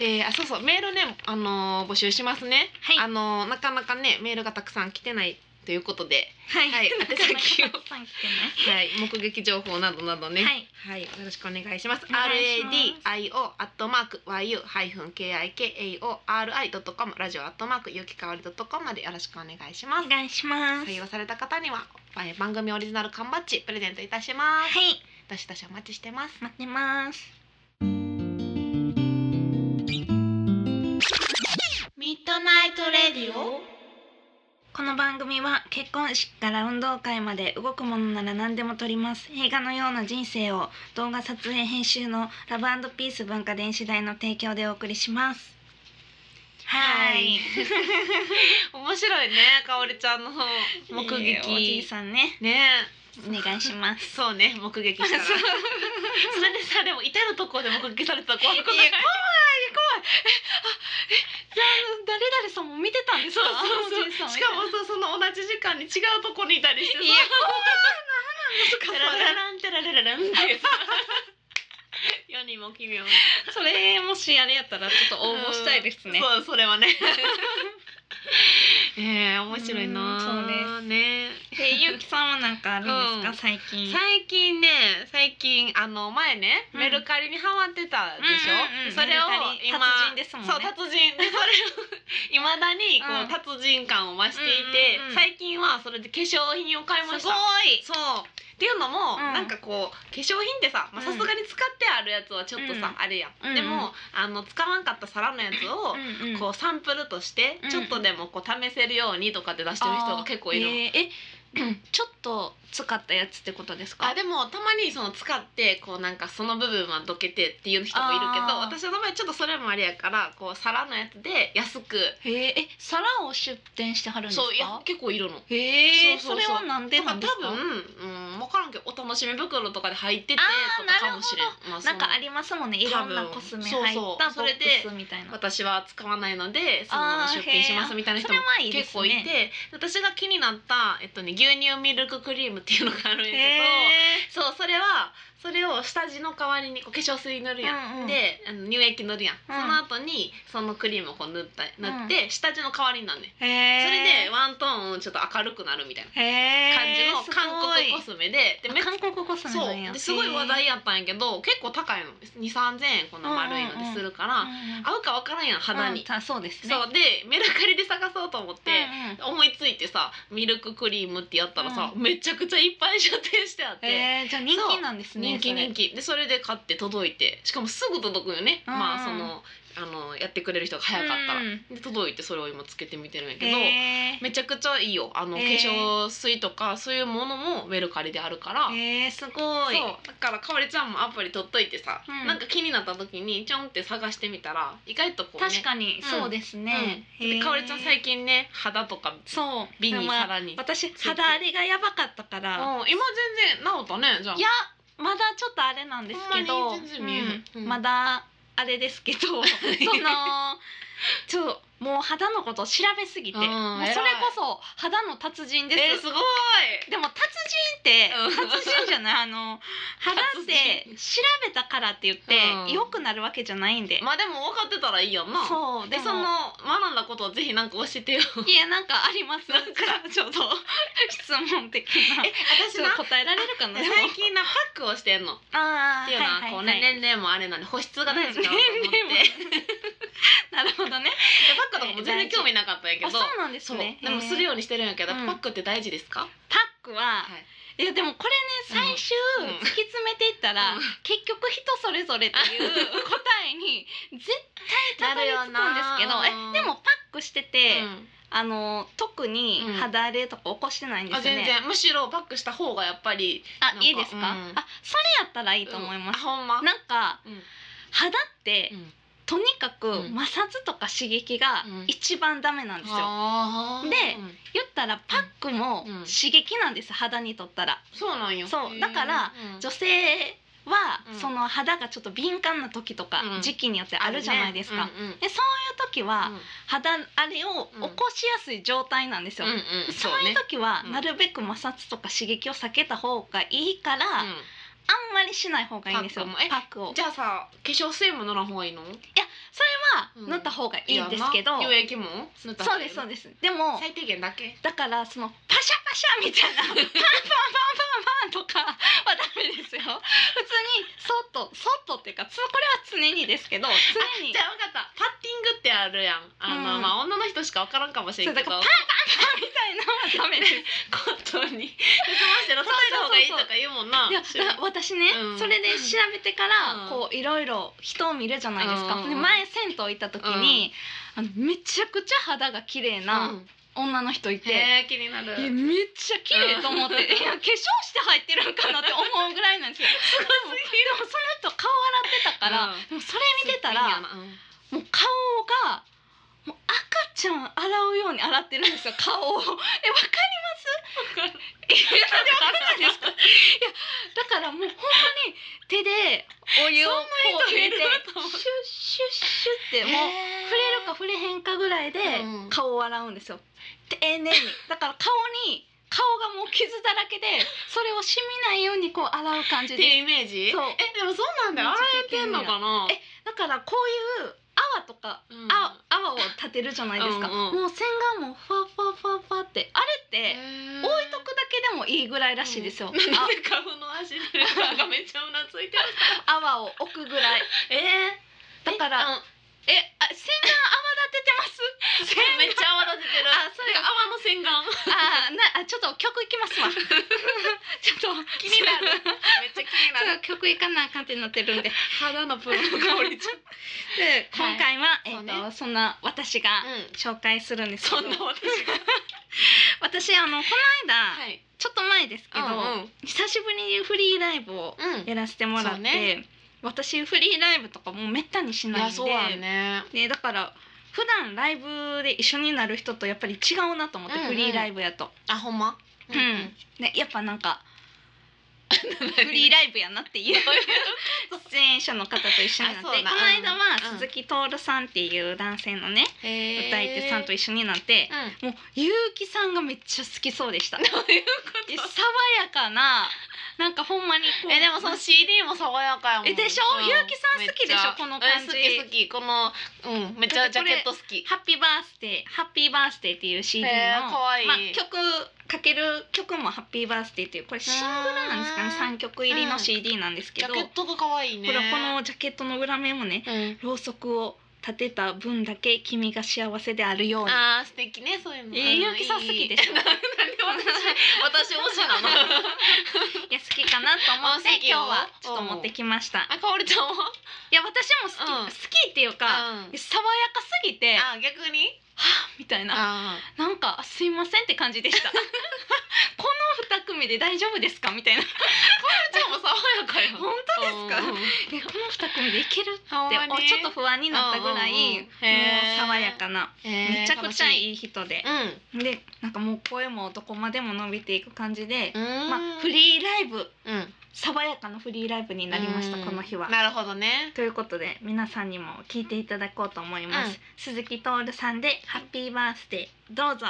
Speaker 2: えー、あそうそうメールねあのー募集しますね、
Speaker 1: はい
Speaker 2: あのーなかなかねメールがたくさん来てないということで
Speaker 1: はい
Speaker 2: はい
Speaker 1: なかなか
Speaker 2: 宛先を
Speaker 1: たくさん来て
Speaker 2: はい目撃情報などなど
Speaker 1: ね
Speaker 2: ね
Speaker 1: はい
Speaker 2: はい、よろしくお願いします。
Speaker 1: お願いし
Speaker 2: R. A. D. I. O. アットマーク Y. U. ハイフン K. I. K. A. O. R. I. ドットコム、ラジオアットマークゆきかわりドットコムまでよろしくお願いします
Speaker 1: お。願いします
Speaker 2: 採
Speaker 1: はい
Speaker 2: 用された方には、えー番組オリジナル缶バッジプレゼントいたします。どしどしお待ちしてます。
Speaker 1: 待ってます
Speaker 2: ミッドナイトレディオ。
Speaker 1: この番組は結婚式から運動会まで動くものなら何でも撮ります映画のような人生を動画撮影編集のラブピース文化電子台の提供でお送りしますはい。
Speaker 2: 面白いね、かおりちゃんの目撃。
Speaker 1: えーおじいさんね
Speaker 2: ね
Speaker 1: お願いします
Speaker 2: え。そうね、目撃したら。
Speaker 1: そう
Speaker 2: それでさ、でも至る所で目撃されてたら怖くない
Speaker 1: いや怖い
Speaker 2: 誰々さんも見てたんです
Speaker 1: か
Speaker 2: そう
Speaker 1: おじいさ
Speaker 2: そ
Speaker 1: んみたいな
Speaker 2: うそうしかもさその同じ時間に違うとこにいたりしてさ
Speaker 1: いや
Speaker 2: テララランテララララン ってさ世にも奇妙
Speaker 1: それもしあれやったらちょっと
Speaker 2: うんそうそれはね ええ面白いな
Speaker 1: うん
Speaker 2: そうね
Speaker 1: えゆうきさんはなんかあるんですか、
Speaker 2: う
Speaker 1: 最
Speaker 2: ん
Speaker 1: 近
Speaker 2: 最近ね最近あの前ね、
Speaker 1: うん
Speaker 2: メルカリにハマってたでしょ、
Speaker 1: うんうんうん
Speaker 2: それを今
Speaker 1: メルカリ達人ですもんね
Speaker 2: そう達人でそれを いまだにこう、
Speaker 1: うん
Speaker 2: 達人感を増していて、
Speaker 1: うんうんうん
Speaker 2: 最近はそれで化粧品を買いました
Speaker 1: い
Speaker 2: そうっていうのも、
Speaker 1: うん
Speaker 2: なんかこう化粧品ってさまあさすがに使ってあるやつはちょっとさ、
Speaker 1: う
Speaker 2: あれやん、
Speaker 1: うんうん
Speaker 2: でもあの使わんかった皿のやつを、
Speaker 1: うんうん
Speaker 2: こうサンプルとして
Speaker 1: うん
Speaker 2: ちょっとでもこう試せるようにとかって出してる人が結構いるの、
Speaker 1: あーえーえちょっと使ったやつってことですか
Speaker 2: あでもたまにその使ってこうなんかその部分はどけてっていう人もいるけど
Speaker 1: あー
Speaker 2: 私の場合ちょっとそれもあれやからこう皿のやつで安く
Speaker 1: へええ皿を出店してはるんですか
Speaker 2: そういや結構いるの。
Speaker 1: へえ
Speaker 2: そ
Speaker 1: そう
Speaker 2: そう
Speaker 1: れ
Speaker 2: そう
Speaker 1: はなんで
Speaker 2: だか
Speaker 1: な
Speaker 2: ら
Speaker 1: んです
Speaker 2: 多
Speaker 1: か
Speaker 2: 分、うん、分からんけどお楽しみ袋とかで入っててと
Speaker 1: あー
Speaker 2: かかもしれん
Speaker 1: なる
Speaker 2: まあそ
Speaker 1: な
Speaker 2: の
Speaker 1: んかありますもんねいろんな
Speaker 2: 多分
Speaker 1: コスメ入っ
Speaker 2: そう
Speaker 1: た
Speaker 2: そ
Speaker 1: ボ
Speaker 2: う
Speaker 1: ッ
Speaker 2: それで
Speaker 1: クスみたいな
Speaker 2: 私は使わないのでそのまま
Speaker 1: あー
Speaker 2: 出品しますみたいな人も
Speaker 1: へーあそれはいいです
Speaker 2: 結
Speaker 1: ね
Speaker 2: 構いて私が気になった、えっとね、牛乳ミルククリームっていうのがあるんやけど。そうそれはそれを下地の代わりにこう化粧水塗るやん、
Speaker 1: うんうん
Speaker 2: であの乳液塗るやん、
Speaker 1: うん
Speaker 2: その後にそのクリームをこう塗った塗って、下地の代わりになんねん
Speaker 1: へえ
Speaker 2: それでワントーンちょっと明るくなるみたいな
Speaker 1: へえ
Speaker 2: 感じの韓国コ
Speaker 1: ス
Speaker 2: スメででめっ
Speaker 1: 韓国コスメなん
Speaker 2: そう
Speaker 1: や
Speaker 2: ですごい話題やったんやけど結構高いの2 3 0 0円この丸いのでするから、
Speaker 1: あ
Speaker 2: 合うか分からんやん肌に、
Speaker 1: そうですね
Speaker 2: そうでメルカリで探そうと思って、
Speaker 1: うんうん
Speaker 2: 思いついてさミルククリームってやったらさ、めちゃくちゃいっぱい出店してあって、
Speaker 1: へえじゃあ人気なんですね
Speaker 2: 人気
Speaker 1: それ
Speaker 2: 人気でそれで買って届いてしかもすぐ届くよね、
Speaker 1: うんうん
Speaker 2: まあそのあのやってくれる人が早かったら、
Speaker 1: うん
Speaker 2: で届いてそれを今つけてみてるんやけど、
Speaker 1: へえ
Speaker 2: めちゃくちゃいいよあの化
Speaker 1: へー
Speaker 2: 粧水とかそういうものもメルカリであるから、
Speaker 1: へえすごい
Speaker 2: そうだからかおりちゃんもアプリ取っといてさ、
Speaker 1: うん
Speaker 2: なんか気になった時にちょんって探してみたら意外とこうね
Speaker 1: 確かにそうですね
Speaker 2: うんでかおりちゃん最
Speaker 1: 近
Speaker 2: 近ね肌とか
Speaker 1: そう
Speaker 2: 美に
Speaker 1: でもまあ
Speaker 2: 皿に、
Speaker 1: 私
Speaker 2: て
Speaker 1: 肌荒れがやばかったから
Speaker 2: うん今全然治ったねじゃあ
Speaker 1: いやまだちょっとあれなんですけ
Speaker 2: ほん
Speaker 1: ど
Speaker 2: まに全然見えへん
Speaker 1: う
Speaker 2: うんん
Speaker 1: まだあれです けどそのちょっともう肌のことを調べすぎて
Speaker 2: うん
Speaker 1: もうそれこそ肌の達人です
Speaker 2: えーすごい
Speaker 1: でも達人って
Speaker 2: うん
Speaker 1: 達人じゃないあ の肌って調
Speaker 2: 達
Speaker 1: べたからって言っ
Speaker 2: うん
Speaker 1: て良くなるわけじゃないんで
Speaker 2: まあでも分かってたらいいやんな
Speaker 1: そうで
Speaker 2: でそ
Speaker 1: そ
Speaker 2: の
Speaker 1: の
Speaker 2: 学んだことをぜひなんか教えてよ
Speaker 1: いやなんかあります
Speaker 2: なん
Speaker 1: かちょっと質問的な
Speaker 2: 私
Speaker 1: ちょっと答えられるかな
Speaker 2: 最近なパックをしてんのっ
Speaker 1: ああ
Speaker 2: ていうのはこうね、年齢もあれなんで保湿が大事かなと
Speaker 1: うん
Speaker 2: 思って
Speaker 1: 年齢も
Speaker 2: で
Speaker 1: なるほどね
Speaker 2: パックとかも全然興味なかったんやけ
Speaker 1: あ
Speaker 2: ど
Speaker 1: そうなんです
Speaker 2: そう
Speaker 1: ね
Speaker 2: でもする
Speaker 1: よ
Speaker 2: ようにしてるんやけど、
Speaker 1: うん
Speaker 2: パックって大事ですか、
Speaker 1: パックは、
Speaker 2: はい
Speaker 1: い、やでもこれね最終
Speaker 2: うんうん
Speaker 1: 突き詰めていったら、
Speaker 2: うん
Speaker 1: 結局人それぞれっていう答え に絶対たどり着くんですけど
Speaker 2: なるよな
Speaker 1: えでもパックしてて、あの特に
Speaker 2: うん
Speaker 1: 肌荒れとか起こしてないん
Speaker 2: う
Speaker 1: で
Speaker 2: ん、あ
Speaker 1: すよ
Speaker 2: 全
Speaker 1: ね、
Speaker 2: 然むしろパックした方がやっぱり
Speaker 1: あ
Speaker 2: なんか
Speaker 1: いいですか、
Speaker 2: うん
Speaker 1: あそれやったらいいと思います、
Speaker 2: うんあほんま
Speaker 1: なんか
Speaker 2: うん
Speaker 1: 肌って
Speaker 2: うん
Speaker 1: とにかく
Speaker 2: うん
Speaker 1: 摩擦とか刺激が
Speaker 2: うん
Speaker 1: 一番ダメなんですよ、
Speaker 2: あー
Speaker 1: で言ったらパックも
Speaker 2: うん
Speaker 1: 刺激なんです肌にとったら
Speaker 2: そうなんよ
Speaker 1: そうだから、
Speaker 2: へーうん
Speaker 1: 女性は
Speaker 2: うん
Speaker 1: その肌がちょっと敏感な時とか
Speaker 2: うん
Speaker 1: 時期によってあるじゃないですか、
Speaker 2: ねうんうん
Speaker 1: でそういう時は肌あれを起こしやすい状態なんです
Speaker 2: う
Speaker 1: よ、
Speaker 2: んうんうん
Speaker 1: そ
Speaker 2: そう
Speaker 1: いう
Speaker 2: ね
Speaker 1: 時は
Speaker 2: うん
Speaker 1: なるべく摩擦とか刺激を避けた方がいいから、あん
Speaker 2: う
Speaker 1: まりしない方がいいんですよ
Speaker 2: パ
Speaker 1: パ
Speaker 2: ッ
Speaker 1: ッ
Speaker 2: クも
Speaker 1: ク
Speaker 2: え
Speaker 1: を
Speaker 2: んじゃあさ化粧水も塗らん方がいいの
Speaker 1: それ
Speaker 2: うん
Speaker 1: は塗った方がいいんですけど、
Speaker 2: いやな乳液も塗った
Speaker 1: そうですそう
Speaker 2: で
Speaker 1: ですでも
Speaker 2: 最低限だけ
Speaker 1: だからそのパシャパシャみたいなパンパンパンパンパンとかはダメですよ普通にそっとそっとっていうかつこれは常にですけど常に
Speaker 2: じゃあ分かったパッティングってあるやんあの、
Speaker 1: うん
Speaker 2: まあ女の人しか分からんかもしれんけ
Speaker 1: そ
Speaker 2: どコ
Speaker 1: うだみたいなのはダメ です
Speaker 2: ットンに済ましてなさった方がいいとか言うもんない
Speaker 1: やだから私ね、
Speaker 2: うん
Speaker 1: それで調べてから、
Speaker 2: うん
Speaker 1: こういろいろ人を見るじゃないですか、
Speaker 2: うん
Speaker 1: で前銭湯行った時に、あのめちゃくちゃ肌が綺麗
Speaker 2: う
Speaker 1: なん女の人いて、
Speaker 2: へえ気になる
Speaker 1: いやめっちゃ綺麗と思って、いや化粧して入ってるんかなって思うぐらいなんですよすごいでもその人顔洗ってたから、
Speaker 2: うん
Speaker 1: でもそれ見てたら
Speaker 2: すっぴんやなうん
Speaker 1: もう顔がもう赤ちゃん洗うように洗ってるんですよ顔をえわかりますいやなんでわかんないですかいやだからもうほんまに手でお湯をこう
Speaker 2: そんな人
Speaker 1: 入れてシュッシュッシュッ
Speaker 2: いるの
Speaker 1: ってもう触れるか触れへんかぐらいで
Speaker 2: うん
Speaker 1: 顔を洗うんですよ丁寧にだから顔に顔がもう傷だらけでそれを染みないようにこう洗う感じ
Speaker 2: っ
Speaker 1: で
Speaker 2: ていうイメージ
Speaker 1: そう
Speaker 2: えでもそうなんだよ洗えてんのかな
Speaker 1: えだからこういう泡とか
Speaker 2: うん
Speaker 1: あ泡を立てるじゃないですか、
Speaker 2: うんうん
Speaker 1: もう洗顔もファファファファってあ
Speaker 2: へ
Speaker 1: れって
Speaker 2: ー
Speaker 1: 置いとくだけでもいいぐらいらしいですよ、
Speaker 2: うんなんで花粉の足でがめっちゃうなつ いてる
Speaker 1: あ泡を置くぐらい
Speaker 2: え
Speaker 1: だから
Speaker 2: うん
Speaker 1: えあ洗顔泡立ててます洗
Speaker 2: めっちゃ泡立ててる
Speaker 1: あそれ
Speaker 2: なんか泡の洗顔
Speaker 1: あなあちょっと曲いきますわ ちょっと
Speaker 2: 気になる めっちゃ気になる
Speaker 1: そう曲いかなあかんってなってる んでで
Speaker 2: 肌のプロの香りちゃう
Speaker 1: 今回は、えっ
Speaker 2: そう
Speaker 1: と
Speaker 2: ね
Speaker 1: そんな私が紹介するんですけ
Speaker 2: そ
Speaker 1: ど、
Speaker 2: んな私が
Speaker 1: 私あのこの間、
Speaker 2: い
Speaker 1: ちょっと前ですけ
Speaker 2: け
Speaker 1: ど、
Speaker 2: ど
Speaker 1: 久しぶりにフリーライブを
Speaker 2: うん
Speaker 1: やらせてもらっ
Speaker 2: そう
Speaker 1: て、
Speaker 2: ね
Speaker 1: 私フリーライブとかもうめったにし
Speaker 2: い
Speaker 1: ない
Speaker 2: や
Speaker 1: んで
Speaker 2: そうやね
Speaker 1: でだから普段ライブで一緒になる人とやっぱり違うなと思って、
Speaker 2: うんうん
Speaker 1: フリーライブやと、
Speaker 2: あほんま
Speaker 1: うんね、やっぱなん か
Speaker 2: フ
Speaker 1: フリー
Speaker 2: ラ
Speaker 1: ライブやなっていう 出演者の方と一緒になって
Speaker 2: あ
Speaker 1: こ
Speaker 2: そ
Speaker 1: の
Speaker 2: うな
Speaker 1: 間
Speaker 2: うん
Speaker 1: は鈴木徹さんっていう男性のね、歌い手さんと
Speaker 2: 一
Speaker 1: 一緒になって、
Speaker 2: 緒
Speaker 1: もう結城さんがめっちゃ好きそうでした。
Speaker 2: どういう
Speaker 1: え
Speaker 2: こ
Speaker 1: 爽やかななんかほんまにことう
Speaker 2: えでもその CD も爽やかやもん
Speaker 1: えでしょゆうきさん好きでしょ
Speaker 2: めっちゃ
Speaker 1: この感じ
Speaker 2: え好き好きこのうんめっちゃジャケット好き
Speaker 1: ハッピーバースデーハッピーバースデーっていう CD の、
Speaker 2: えーかわいい
Speaker 1: まあ、曲かける曲もハッピーバースデーっていうこれシングルなんですかね
Speaker 2: うん
Speaker 1: 三曲入りの CD なんですけ
Speaker 2: ジ
Speaker 1: ど、
Speaker 2: ャケットが可愛いね
Speaker 1: これこのジャケットの裏面もね
Speaker 2: うん
Speaker 1: ろうそくを立てた分だけ君が幸せであるように。
Speaker 2: あー素敵ねそういうの
Speaker 1: えーゆうきさん好きでしょ
Speaker 2: なんで私私推しなの
Speaker 1: いや好きかなと思っ
Speaker 2: あ好
Speaker 1: て
Speaker 2: き
Speaker 1: 今
Speaker 2: よ
Speaker 1: 日はちょっと持ってきました。
Speaker 2: あかおりちゃんはい
Speaker 1: や私も好き、
Speaker 2: うん
Speaker 1: 好きっていうか、
Speaker 2: うん
Speaker 1: 爽やかすぎては
Speaker 2: あ逆に
Speaker 1: あみたいな
Speaker 2: あ
Speaker 1: なんかあすいませんって感じで した。この二組で大丈夫ですかみたいな。
Speaker 2: あちゃんも爽やかよ
Speaker 1: 本当ですか。えこの二組でいけるって
Speaker 2: か
Speaker 1: おちょっと不安になったぐらい、
Speaker 2: うんうんうん
Speaker 1: もう爽やかな、めちゃくちゃ
Speaker 2: い
Speaker 1: いい人で
Speaker 2: う、ん
Speaker 1: でなんかもう声もどこまでも伸びていく感じで、
Speaker 2: うん
Speaker 1: まあフリーライブ
Speaker 2: うん
Speaker 1: 爽やかなフリーライブになりましたこの日は。
Speaker 2: なるほどね
Speaker 1: ということで皆さんにも聞いていただこうと思います、
Speaker 2: うん
Speaker 1: 鈴木徹さんでハッピーバースデーどうぞ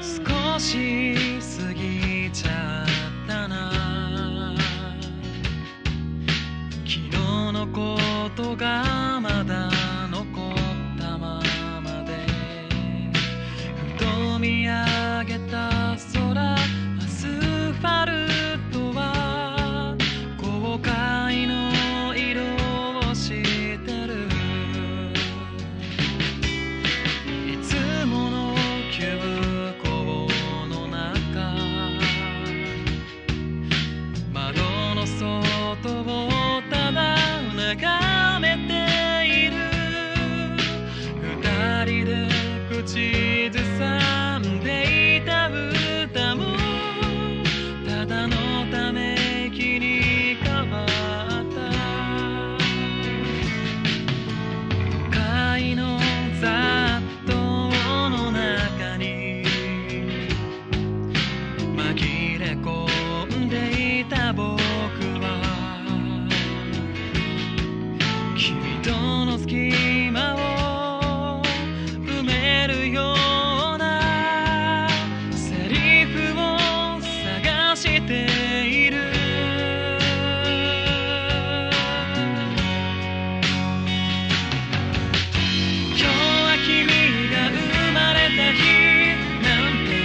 Speaker 3: 少し過ぎちゃったな昨日のことがまだ残ったままでふと見上げた空アスファルトは後悔の色をしてる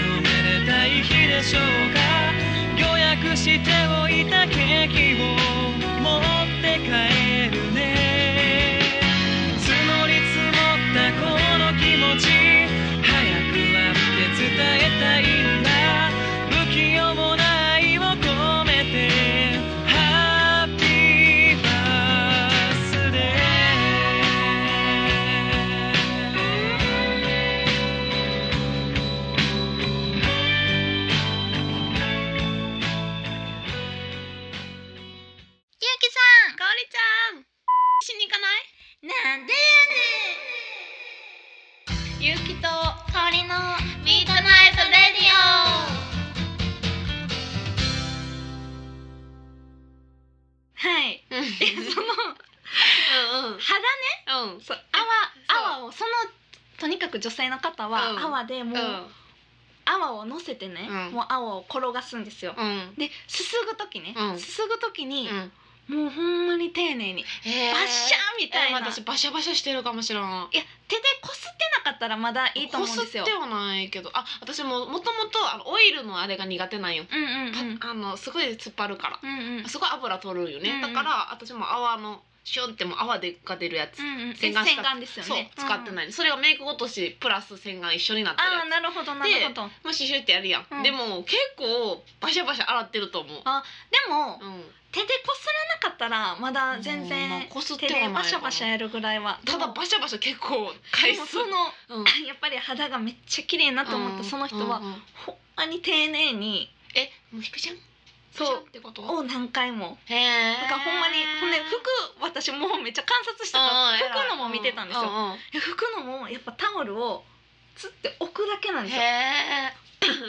Speaker 3: でしょうか予約しておいたケーキを持って帰るね積もり積もったこの気持ち早く会って伝えたいんだ不器用な愛を込めてハッピーバースデー
Speaker 1: ゆうきさんかおりちゃん
Speaker 2: しに行かない
Speaker 1: なんで
Speaker 2: ゆうきと
Speaker 1: やねん香りの
Speaker 2: ミートナイトレディ
Speaker 1: はい
Speaker 2: オうん
Speaker 1: いやその
Speaker 2: うんうん
Speaker 1: 肌ね
Speaker 2: うん
Speaker 1: そう泡
Speaker 2: そう
Speaker 1: 泡をそのとにかく女性の方は、
Speaker 2: うん
Speaker 1: 泡でもう、泡を乗せてね、
Speaker 2: うん
Speaker 1: もう泡を転がすんですよ、
Speaker 2: うんうん
Speaker 1: ですすぐ時ね、
Speaker 2: うん
Speaker 1: すすぐ時に、
Speaker 2: うん
Speaker 1: もうほんまに丁寧に
Speaker 2: え
Speaker 1: バ
Speaker 2: ー
Speaker 1: ッシャーみたいな、
Speaker 2: えー私バシャバシャしてるかもしれない
Speaker 1: いや手でこすってなかったらまだいいと思うんですよ
Speaker 2: こすってはないけどあ私ももともとあのオイルのあれが苦手なんよ、
Speaker 1: うんうんうん
Speaker 2: パあのすごい突っ張るから、
Speaker 1: うんうん
Speaker 2: すごい油取るよね、
Speaker 1: うんうん
Speaker 2: だから私も泡のシュンってもう泡でが出るやつ、
Speaker 1: うんうん
Speaker 2: 洗顔しか
Speaker 1: 洗顔ですよ
Speaker 2: そう
Speaker 1: ね
Speaker 2: 使ってない、それがメイク落としプラス洗顔一緒になってる
Speaker 1: あ
Speaker 2: や
Speaker 1: あーなるほどなるほどで
Speaker 2: つもうシュシュってやるやん、
Speaker 1: うん
Speaker 2: でも結構バシャバシャ洗ってると思う、
Speaker 1: も
Speaker 2: うん、
Speaker 1: 手でこすらなかったらまだ全
Speaker 2: うんま
Speaker 1: 然
Speaker 2: あこすって
Speaker 1: 手
Speaker 2: はない
Speaker 1: で
Speaker 2: か
Speaker 1: バ
Speaker 2: な
Speaker 1: シャバシャやるぐらいは
Speaker 2: ただ
Speaker 1: でも
Speaker 2: バシャバシャ結構
Speaker 1: で
Speaker 2: 回
Speaker 1: も
Speaker 2: 数
Speaker 1: その
Speaker 2: うん
Speaker 1: やっぱり肌がめっちゃ綺麗なと思ったその人は
Speaker 2: うんうんうん
Speaker 1: ほんまに丁寧に
Speaker 2: えもうひくちゃん
Speaker 1: そう
Speaker 2: ひくちゃんってこと
Speaker 1: を何回も
Speaker 2: へえ
Speaker 1: だからほんまにほんで服私もうめっちゃ観察してた服のも見てたんですよ服のもやっぱタオルをつって置くだけなんですよ
Speaker 2: へえ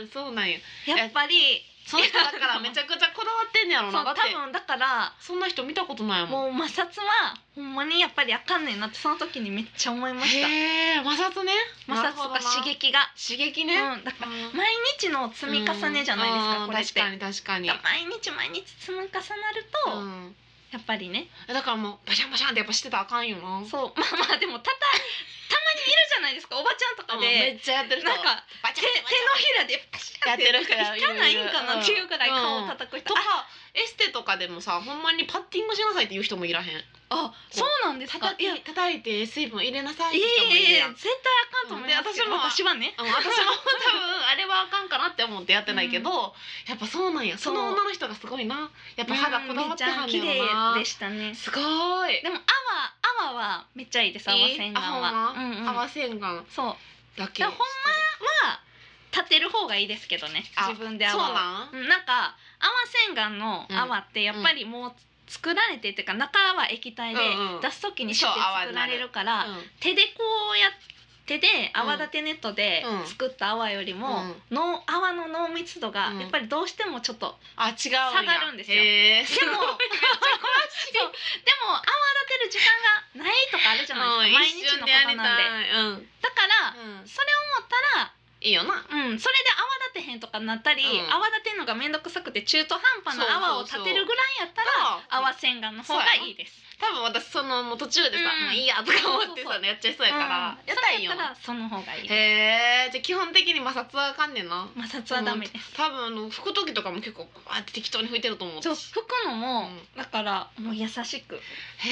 Speaker 2: そうなんや
Speaker 1: やっぱり
Speaker 2: その人だからめちゃくちゃこだわってんねやろ
Speaker 1: そう
Speaker 2: なだ
Speaker 1: 多
Speaker 2: って
Speaker 1: 分だから
Speaker 2: そんな人見たことないもん
Speaker 1: もう摩擦はほんまにやっぱりあかんねんなってその時にめっちゃ思いました
Speaker 2: へえ摩擦ね
Speaker 1: 摩擦とか刺
Speaker 2: なる
Speaker 1: 激が、
Speaker 2: ほどな刺激
Speaker 1: う
Speaker 2: ね
Speaker 1: ん、だから
Speaker 2: うん
Speaker 1: 毎日の積み重ねじゃないですか、
Speaker 2: うん
Speaker 1: これって
Speaker 2: 確かに確かに
Speaker 1: だから毎日毎日積み重なると、
Speaker 2: うん
Speaker 1: やっぱりね
Speaker 2: だからもうバシャンバシャンってやっぱしてたらあかんよな
Speaker 1: そうまあまあでもたたたまにいるじゃないですかおばちゃんと
Speaker 2: う
Speaker 1: か
Speaker 2: んめ
Speaker 1: で、
Speaker 2: っちゃやってる人
Speaker 1: なんか
Speaker 2: バ
Speaker 1: 手
Speaker 2: チャ
Speaker 1: 手
Speaker 2: バ
Speaker 1: の
Speaker 2: チ
Speaker 1: ひらでパシャって
Speaker 2: ャバチャやってる人がいる
Speaker 1: いかないんかなっていうぐらい顔を叩く人、
Speaker 2: と
Speaker 1: あ
Speaker 2: かエステとかでもさほんまにパッティングしなさいって言う人もいらへん
Speaker 1: あそうなんですか
Speaker 2: 叩
Speaker 1: いやい
Speaker 2: き叩いて水分入れなさい
Speaker 1: え
Speaker 2: って人もい
Speaker 1: いえい
Speaker 2: る
Speaker 1: え
Speaker 2: やん
Speaker 1: 絶対あかんと思いますけど、
Speaker 2: うんで
Speaker 1: 私
Speaker 2: 私
Speaker 1: はね
Speaker 2: うん私も多分あれはあかんかなって思ってやってないけど、やっぱそうなんやその
Speaker 1: そう
Speaker 2: 女の人がすごいなやっぱ肌こだわって
Speaker 1: め
Speaker 2: はん
Speaker 1: っちゃ綺
Speaker 2: ねや
Speaker 1: 麗
Speaker 2: ろな
Speaker 1: でしたね
Speaker 2: すごーい
Speaker 1: でも泡泡はめっちゃいいです泡
Speaker 2: いい
Speaker 1: 洗顔は、
Speaker 2: あほんま
Speaker 1: うんうん、
Speaker 2: 泡洗顔
Speaker 1: そう
Speaker 2: だけ
Speaker 1: だからほんまは立てる方がいいですけどね
Speaker 2: あ
Speaker 1: 自分で泡を
Speaker 2: そうなん
Speaker 1: うんなんか泡洗顔の泡ってやっぱりもう作られてっていうか中は液体で
Speaker 2: うんうん
Speaker 1: 出す時にシュッて作られるから、
Speaker 2: うん
Speaker 1: 手でこうやって。手で泡立てネットで
Speaker 2: うん
Speaker 1: 作った泡よりも、の泡の濃密度がやっぱりどうしてもちょっと、
Speaker 2: あ違う
Speaker 1: 下
Speaker 2: んや
Speaker 1: がるんですよ でも
Speaker 2: へー
Speaker 1: そうでも泡立てる時間がないとかあるじゃ
Speaker 2: う
Speaker 1: なんい
Speaker 2: 一
Speaker 1: ですか毎日
Speaker 2: 瞬
Speaker 1: の
Speaker 2: で
Speaker 1: こ
Speaker 2: や
Speaker 1: と
Speaker 2: りた
Speaker 1: なんで
Speaker 2: いうん
Speaker 1: だから
Speaker 2: うん
Speaker 1: それ思ったら
Speaker 2: いいよな
Speaker 1: うん、それで泡立てへんとかなったり、
Speaker 2: うん
Speaker 1: 泡立てんのが面倒くさくて中途半端な泡を立てるぐらいやったら
Speaker 2: そう
Speaker 1: 泡洗顔の方がいいです。
Speaker 2: 多分私そのもう途中でさ
Speaker 1: うん
Speaker 2: 「もういいや」とか思って
Speaker 1: そうそう
Speaker 2: さ
Speaker 1: そ
Speaker 2: やっちゃいそうやから
Speaker 1: うん
Speaker 2: やったらいいよ
Speaker 1: それやったらその方がいい。
Speaker 2: へえじゃあ基本的に摩擦はあかんねんな
Speaker 1: 摩擦はダメです。
Speaker 2: 多分あの拭く時とかも結構バーって適当に拭いてると思う
Speaker 1: そう拭くのも、
Speaker 2: うん
Speaker 1: だからもう優しく、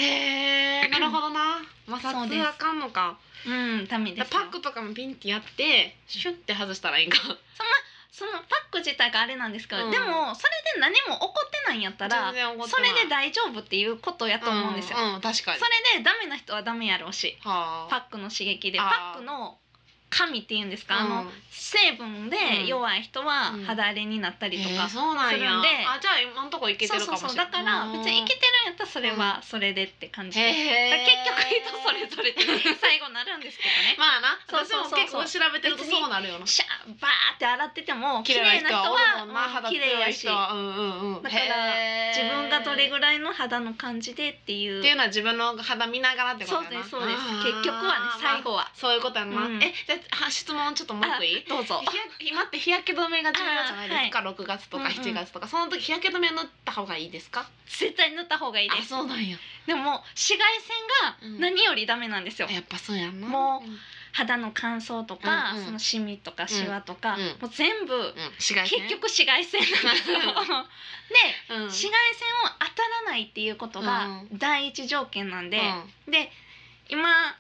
Speaker 2: へえなるほ どな摩
Speaker 1: そ
Speaker 2: 擦
Speaker 1: うです
Speaker 2: はあかんのか
Speaker 1: うん、ダメです
Speaker 2: だ
Speaker 1: よ。
Speaker 2: からパックとかもピンってやってシュンって外したらいいんか
Speaker 1: そのパック自体があれなんですけど、
Speaker 2: うん
Speaker 1: でもそれで何も起こってないんやったら
Speaker 2: 全、然怒って
Speaker 1: そ
Speaker 2: ない
Speaker 1: れで大丈夫っていうことやと思うんですよ。
Speaker 2: うん、うん確かに
Speaker 1: それでダメな人はダメやろうし、
Speaker 2: は
Speaker 1: パックの刺激で
Speaker 2: あー
Speaker 1: パックの紙っていうんですか、あの
Speaker 2: うん
Speaker 1: 成分
Speaker 2: うん
Speaker 1: で弱い人は
Speaker 2: うん
Speaker 1: 肌荒れになったりと
Speaker 2: へ
Speaker 1: か、
Speaker 2: ーそうなん
Speaker 1: する
Speaker 2: や
Speaker 1: んで
Speaker 2: あじゃあ今のとこいけて
Speaker 1: そう
Speaker 2: るか
Speaker 1: そう
Speaker 2: もし
Speaker 1: そう
Speaker 2: れな
Speaker 1: だ
Speaker 2: い
Speaker 1: から別にいけてるんやったらそれはそれでって感じで、だから
Speaker 2: へ
Speaker 1: 結局人それぞれ って最後なるんですけどね、
Speaker 2: まあな
Speaker 1: そう
Speaker 2: 私
Speaker 1: そう
Speaker 2: も
Speaker 1: そう
Speaker 2: 結
Speaker 1: そう
Speaker 2: 構調べてるとそうなるよな
Speaker 1: シャーバーって洗ってても綺
Speaker 2: 綺
Speaker 1: 麗
Speaker 2: 麗
Speaker 1: な
Speaker 2: な
Speaker 1: 人
Speaker 2: 人
Speaker 1: は
Speaker 2: は
Speaker 1: うん
Speaker 2: まあ肌
Speaker 1: 綺
Speaker 2: 強
Speaker 1: 麗や
Speaker 2: い
Speaker 1: し
Speaker 2: 人はうんうんうん
Speaker 1: だから自分がどれ
Speaker 2: らい
Speaker 1: ぐらいの肌の感じでっていう
Speaker 2: っていうのは自分の肌見ながらってこ
Speaker 1: そ
Speaker 2: と
Speaker 1: う
Speaker 2: やな
Speaker 1: ですそうです
Speaker 2: あー
Speaker 1: 結局はね最後は、
Speaker 2: そういうことやな、
Speaker 1: うん
Speaker 2: えじゃああ質問ちょっともう一個いい
Speaker 1: どうぞ
Speaker 2: 日焼け待って日焼け止めが重要じゃないですか、6月と
Speaker 1: うん
Speaker 2: か
Speaker 1: うん
Speaker 2: 7月とか、その時日焼け止め塗った方がいいですか
Speaker 1: 絶対塗った方がいいです
Speaker 2: そうなんや
Speaker 1: でも紫外線が何よりダメなんですよ、
Speaker 2: やっぱそうやんな
Speaker 1: も
Speaker 2: うん
Speaker 1: 肌の乾燥とか、
Speaker 2: うんうん
Speaker 1: そのシミとかシワとか、
Speaker 2: うんうん
Speaker 1: もう全部、
Speaker 2: うん、紫外線
Speaker 1: 結局紫外線なんです よ。で
Speaker 2: うん、
Speaker 1: 紫外線を当たらないっていうことが第一条件なんで、で今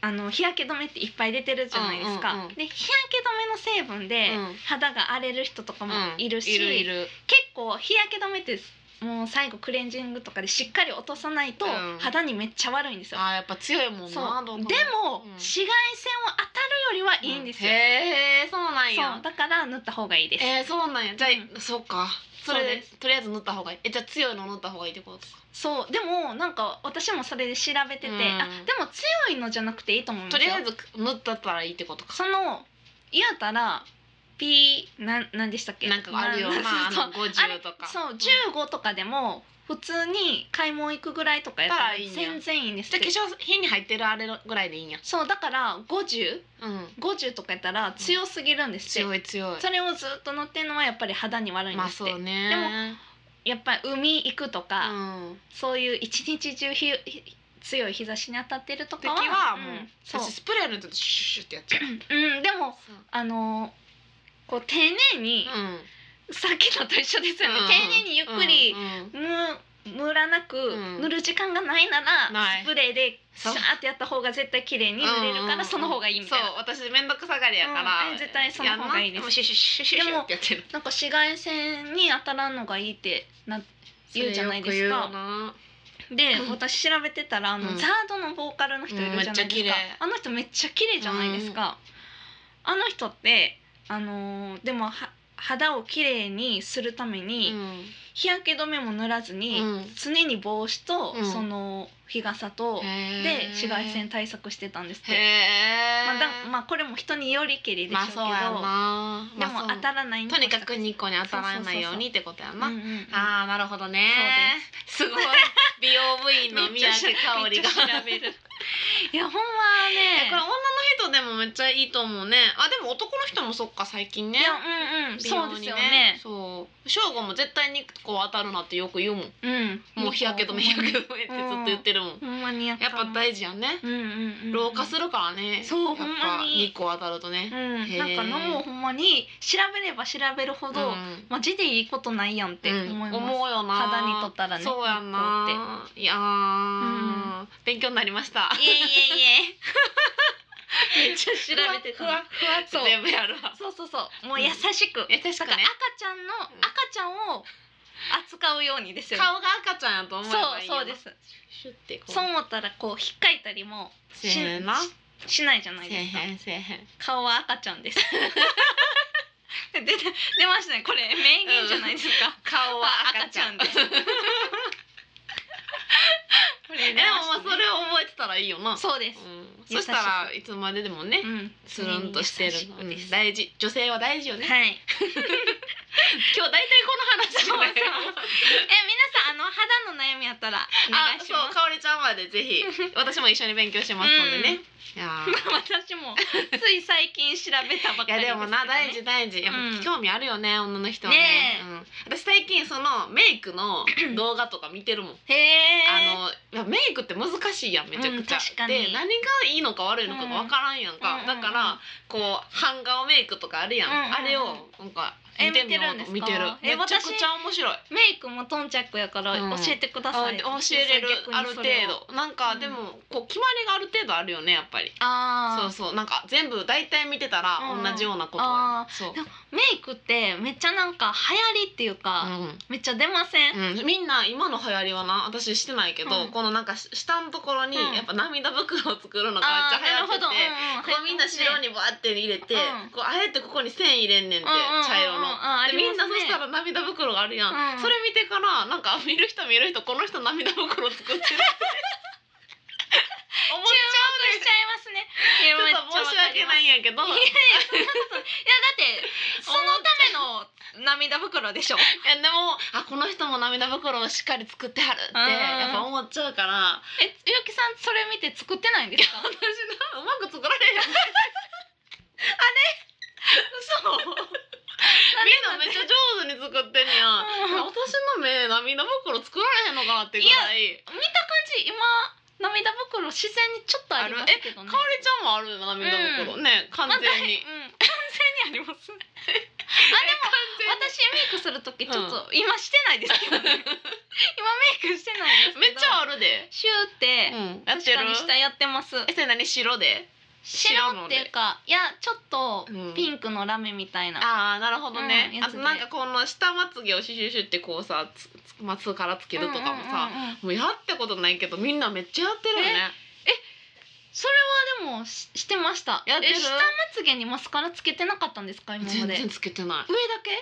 Speaker 1: あの日焼け止めっていっぱい出てるじゃないですか、
Speaker 2: うんうんうん
Speaker 1: で日焼け止めの成分で
Speaker 2: うん
Speaker 1: 肌が荒れる人とか
Speaker 2: うん
Speaker 1: もいるし、
Speaker 2: いるいる
Speaker 1: 結構日焼け止めってもう最後クレンジングとかでしっかり落とさないと
Speaker 2: うん
Speaker 1: 肌にめっちゃ悪いんですよ。
Speaker 2: あーやっぱ強いもんな
Speaker 1: そうで
Speaker 2: ど
Speaker 1: も、
Speaker 2: う考えうん
Speaker 1: 紫外線を当たるよりはいいんですよ。
Speaker 2: へえそうなん
Speaker 1: そう
Speaker 2: や
Speaker 1: だから塗った方がいいです。
Speaker 2: えー、そうなんやじゃあ、
Speaker 1: う
Speaker 2: そうかそ
Speaker 1: そうで
Speaker 2: れでとりあえず塗った方がいいえじゃあ強いの塗った方がいいってことか
Speaker 1: そうでもなんか私もそれで調べてて、
Speaker 2: うん
Speaker 1: あでも強いのじゃなくていいと思います
Speaker 2: と
Speaker 1: よ。
Speaker 2: りあえず塗ったったらいいってことか
Speaker 1: その嫌たら P なんなんでしたっけ
Speaker 2: なんかあるよ
Speaker 1: な
Speaker 2: な、
Speaker 1: ん
Speaker 2: まあ、あ
Speaker 1: そう
Speaker 2: の50とか
Speaker 1: そう
Speaker 2: うん
Speaker 1: 15とかでも普通に買い物行くぐらいとかやった
Speaker 2: あ
Speaker 1: ら
Speaker 2: らいいんや
Speaker 1: 全然いいんです
Speaker 2: じゃ
Speaker 1: け
Speaker 2: あ化
Speaker 1: ど
Speaker 2: 粧品に入ってるあれぐらいでいいんや
Speaker 1: そうだから5050
Speaker 2: うん
Speaker 1: とかやったら強すぎるんですよ、
Speaker 2: 強い強い
Speaker 1: それをずっと乗ってんのはやっぱり肌に悪いん
Speaker 2: ま
Speaker 1: で
Speaker 2: あ
Speaker 1: す
Speaker 2: そ
Speaker 1: って、
Speaker 2: うね
Speaker 1: でやっぱり海行くとか、
Speaker 2: うん、
Speaker 1: そういう一日中日強い日差しに当たってると
Speaker 2: 時
Speaker 1: かは
Speaker 2: はもう、
Speaker 1: んそう、
Speaker 2: 私スプレーのとシュッシュッってやっちゃう、
Speaker 1: うん、でもあのこう丁寧に、
Speaker 2: うん、
Speaker 1: さっきのと一緒ですよね、
Speaker 2: うん
Speaker 1: 丁寧にゆっくり
Speaker 2: うんうん
Speaker 1: む、むらなく
Speaker 2: うん
Speaker 1: 塗る時間がないなら、
Speaker 2: ない
Speaker 1: スプレーでシ
Speaker 2: そ
Speaker 1: ャ
Speaker 2: う
Speaker 1: ーってやった方が絶対綺麗に塗れるか
Speaker 2: うんうんう
Speaker 1: ら
Speaker 2: ん
Speaker 1: その方がいいみたいな、
Speaker 2: そう私面倒くさがりやから、
Speaker 1: うんえ絶対その方がいいです
Speaker 2: やんなもうシュッシュッシュッシュッってやってる
Speaker 1: なんか紫外線に当たらんのがいいってな言うじゃないですか
Speaker 2: それよく言うよな
Speaker 1: で、
Speaker 2: うん
Speaker 1: 私調べてたらあの、
Speaker 2: うん
Speaker 1: ザードのボーカルの人いるじゃないです
Speaker 2: うん
Speaker 1: か、
Speaker 2: めっちゃ綺麗
Speaker 1: あの人めっちゃ綺麗じゃないですか、あの人ってあのーでもは肌を綺麗にするために、日焼け止めも塗らずに、
Speaker 2: うん
Speaker 1: 常に帽子と、
Speaker 2: うん
Speaker 1: その日傘とで
Speaker 2: で
Speaker 1: 紫外線対策してたんですっ
Speaker 2: へ
Speaker 1: て、
Speaker 2: え
Speaker 1: まあだまあ、これも人によりけりでしょ
Speaker 2: ま
Speaker 1: う
Speaker 2: あ
Speaker 1: け
Speaker 2: そうや
Speaker 1: ど、
Speaker 2: な
Speaker 1: でも当た
Speaker 2: ら
Speaker 1: らないに
Speaker 2: とにかく日光に当たらないようにってことや
Speaker 1: うんう
Speaker 2: なん
Speaker 1: うん
Speaker 2: あーなるほどねすごい美容部員の
Speaker 1: めっ
Speaker 2: 三
Speaker 1: ちゃ
Speaker 2: 宅香 織が
Speaker 1: めっちゃ調べる いやほんまね
Speaker 2: えこれ女の人でもめっちゃいいと思うねあでも男の人もそっか最近ね
Speaker 1: いやうんうん
Speaker 2: 美容
Speaker 1: そう
Speaker 2: に
Speaker 1: ですよね
Speaker 2: そう翔吾も絶対にこう当たるなってよく言うもん
Speaker 1: うん
Speaker 2: もう日焼け止め日
Speaker 1: ほんま
Speaker 2: 焼
Speaker 1: に
Speaker 2: け止めってずっと言ってるもん
Speaker 1: ほんまにや
Speaker 2: やっぱ大事やね
Speaker 1: うんうんうん
Speaker 2: 老化するからね
Speaker 1: そう
Speaker 2: や
Speaker 1: ほ
Speaker 2: っぱ
Speaker 1: んまに
Speaker 2: 日光当たると
Speaker 1: うん
Speaker 2: ねへー
Speaker 1: なんかのもうほんまに調べれば調べるほど、
Speaker 2: うん
Speaker 1: マジでいいことないやんって思います、
Speaker 2: うん思うよな
Speaker 1: 肌にとったらね
Speaker 2: そうやんないやー、勉強になりました
Speaker 1: いえいえいえめっちゃ調べて
Speaker 2: ふ
Speaker 1: た
Speaker 2: わふわ
Speaker 1: の
Speaker 2: ふわって
Speaker 1: そう
Speaker 2: 全部やるわ
Speaker 1: そうそうそうもう優しく、
Speaker 2: 優しく
Speaker 1: だから
Speaker 2: ね
Speaker 1: 赤ちゃんの
Speaker 2: うん
Speaker 1: 赤ちゃんを扱うようにですよね
Speaker 2: 顔が赤ちゃんやと思
Speaker 1: そ
Speaker 2: え
Speaker 1: う
Speaker 2: ばいいよ
Speaker 1: そう
Speaker 2: な
Speaker 1: です
Speaker 2: シュッてこう
Speaker 1: そう思ったらこう引っかいたりも
Speaker 2: せーな
Speaker 1: ししないじゃな
Speaker 2: せ
Speaker 1: い
Speaker 2: え
Speaker 1: ですか
Speaker 2: へんせえへん
Speaker 1: 顔は赤ちゃん です出て出ましたねこれ名言じゃないですか、
Speaker 2: 顔は赤ちゃん
Speaker 1: 赤ちゃんですこれ出
Speaker 2: えでも
Speaker 1: ましたね
Speaker 2: まあそれを覚えてたらいいよな
Speaker 1: そうです、
Speaker 2: うん
Speaker 1: 優
Speaker 2: そ
Speaker 1: しく
Speaker 2: したらいつまででもね
Speaker 1: うん、
Speaker 2: つるんとしてる
Speaker 1: 優しくです
Speaker 2: うん大事女性は大事よね今
Speaker 1: はい
Speaker 2: 日大体この話じゃない
Speaker 1: そうそうえ皆さんあの肌の悩みあったら お願
Speaker 2: あ
Speaker 1: いし
Speaker 2: そう
Speaker 1: ます。
Speaker 2: かおりちゃんまで ぜひ私も一緒に勉強しますのでね、いやー
Speaker 1: 私もつい最近調べたば
Speaker 2: い
Speaker 1: か
Speaker 2: や
Speaker 1: り
Speaker 2: でもな大
Speaker 1: ですけどね
Speaker 2: 事大事やっぱ
Speaker 1: うん
Speaker 2: 興味あるよね、女の人はね
Speaker 1: ね
Speaker 2: うん、私最近そのメイクの動画とか見てるもん
Speaker 1: へえ。
Speaker 2: あのいやメイクって難しいやんめちゃくちゃ、
Speaker 1: うん確かに
Speaker 2: で何がいいのか悪いのかが分からんやんか、
Speaker 1: うん
Speaker 2: だからこう半顔メイクとかあるやん、
Speaker 1: うんうんうん
Speaker 2: あれをなんか
Speaker 1: え
Speaker 2: 見てみようと
Speaker 1: 見
Speaker 2: 見
Speaker 1: て
Speaker 2: て
Speaker 1: る
Speaker 2: る
Speaker 1: んですかえ
Speaker 2: めちゃくちゃ面白い
Speaker 1: メイクもトンチャックやから
Speaker 2: うん
Speaker 1: 教えてくだ
Speaker 2: あ
Speaker 1: さい。
Speaker 2: で教えれる
Speaker 1: 逆
Speaker 2: あ
Speaker 1: に
Speaker 2: る
Speaker 1: そ
Speaker 2: 程
Speaker 1: れを。
Speaker 2: 度なんか、
Speaker 1: うん
Speaker 2: でもこう決まりがある程度あるよねやっぱり
Speaker 1: あ
Speaker 2: そう
Speaker 1: あ。
Speaker 2: そうなんか全部大体見てたら
Speaker 1: うん
Speaker 2: 同じようなこと
Speaker 1: あ
Speaker 2: がそう
Speaker 1: でメイクってめっちゃなんか流行りっていうか、めっちゃ出ません。
Speaker 2: うん、うん、みんな今の流行りはな私してないけど、
Speaker 1: うん
Speaker 2: このなんかし下のところに
Speaker 1: うん
Speaker 2: やっぱ涙袋を作るのが
Speaker 1: あ
Speaker 2: め
Speaker 1: あ
Speaker 2: っちゃ
Speaker 1: な
Speaker 2: 流行
Speaker 1: るほ
Speaker 2: ってて
Speaker 1: ど。、うんうん
Speaker 2: こうみんな白
Speaker 1: 流行って
Speaker 2: にバーって入れて、
Speaker 1: うん
Speaker 2: こうあえてここに線入れんねんて、
Speaker 1: ますねうんうんうんうん
Speaker 2: 茶色の。
Speaker 1: ああ
Speaker 2: で
Speaker 1: り
Speaker 2: み
Speaker 1: ま
Speaker 2: ん
Speaker 1: す
Speaker 2: な
Speaker 1: ね
Speaker 2: そしたら涙袋があるやん、
Speaker 1: うん
Speaker 2: それ見てからなんか見る人見る人この人涙袋作ってる 思っち
Speaker 1: しちゃいま
Speaker 2: ゃう
Speaker 1: すね。いやめ
Speaker 2: ねん
Speaker 1: っ
Speaker 2: ち
Speaker 1: ち
Speaker 2: ょ
Speaker 1: ゃわ
Speaker 2: っと申し
Speaker 1: かり
Speaker 2: 訳
Speaker 1: ます
Speaker 2: ないんやけど
Speaker 1: い
Speaker 2: い
Speaker 1: やいやだってそのための涙袋 でしょ。
Speaker 2: やでもあこの人も涙袋をしっかり作ってはるって
Speaker 1: うん
Speaker 2: やっぱ思っちゃうから
Speaker 1: え、ゆうきさんそれ見て作ってないんですか？
Speaker 2: 私なうまく作られへんあれ嘘みんなめっちゃ上手に作ってんねや
Speaker 1: うん
Speaker 2: 私の目涙袋作られへんのかなってぐらい
Speaker 1: 見た感じ今涙袋自然にちょっとありますけどね
Speaker 2: かおりちゃんもあるよ涙袋、
Speaker 1: う
Speaker 2: ね完全 に、
Speaker 1: うん、完全にありますね
Speaker 2: 完
Speaker 1: 私メイクする時ちょっと、今してないですけどね 今メイクしてないですけど
Speaker 2: 全にめっちゃあるで、
Speaker 1: シューって、
Speaker 2: うん、やっ
Speaker 1: 確
Speaker 2: てる
Speaker 1: かに下やってます
Speaker 2: えそれ何白で
Speaker 1: 白っていうかいやちょっと
Speaker 2: うん
Speaker 1: ピンクのラメみたいな、
Speaker 2: ああなるほどね、
Speaker 1: うんや
Speaker 2: あ
Speaker 1: つ
Speaker 2: と
Speaker 1: で
Speaker 2: なんかこの下まつげをシュシュシュってこうさつつまつからつけるとかもさ、
Speaker 1: うんうんうんうん
Speaker 2: もうやったことないけどみんなめっちゃやってるよね
Speaker 1: それはでもししてました
Speaker 2: やってる
Speaker 1: え下まつげにマスカラつけてなかったんですか今まで上
Speaker 2: 全
Speaker 1: だ
Speaker 2: 然つけてな
Speaker 1: け
Speaker 2: い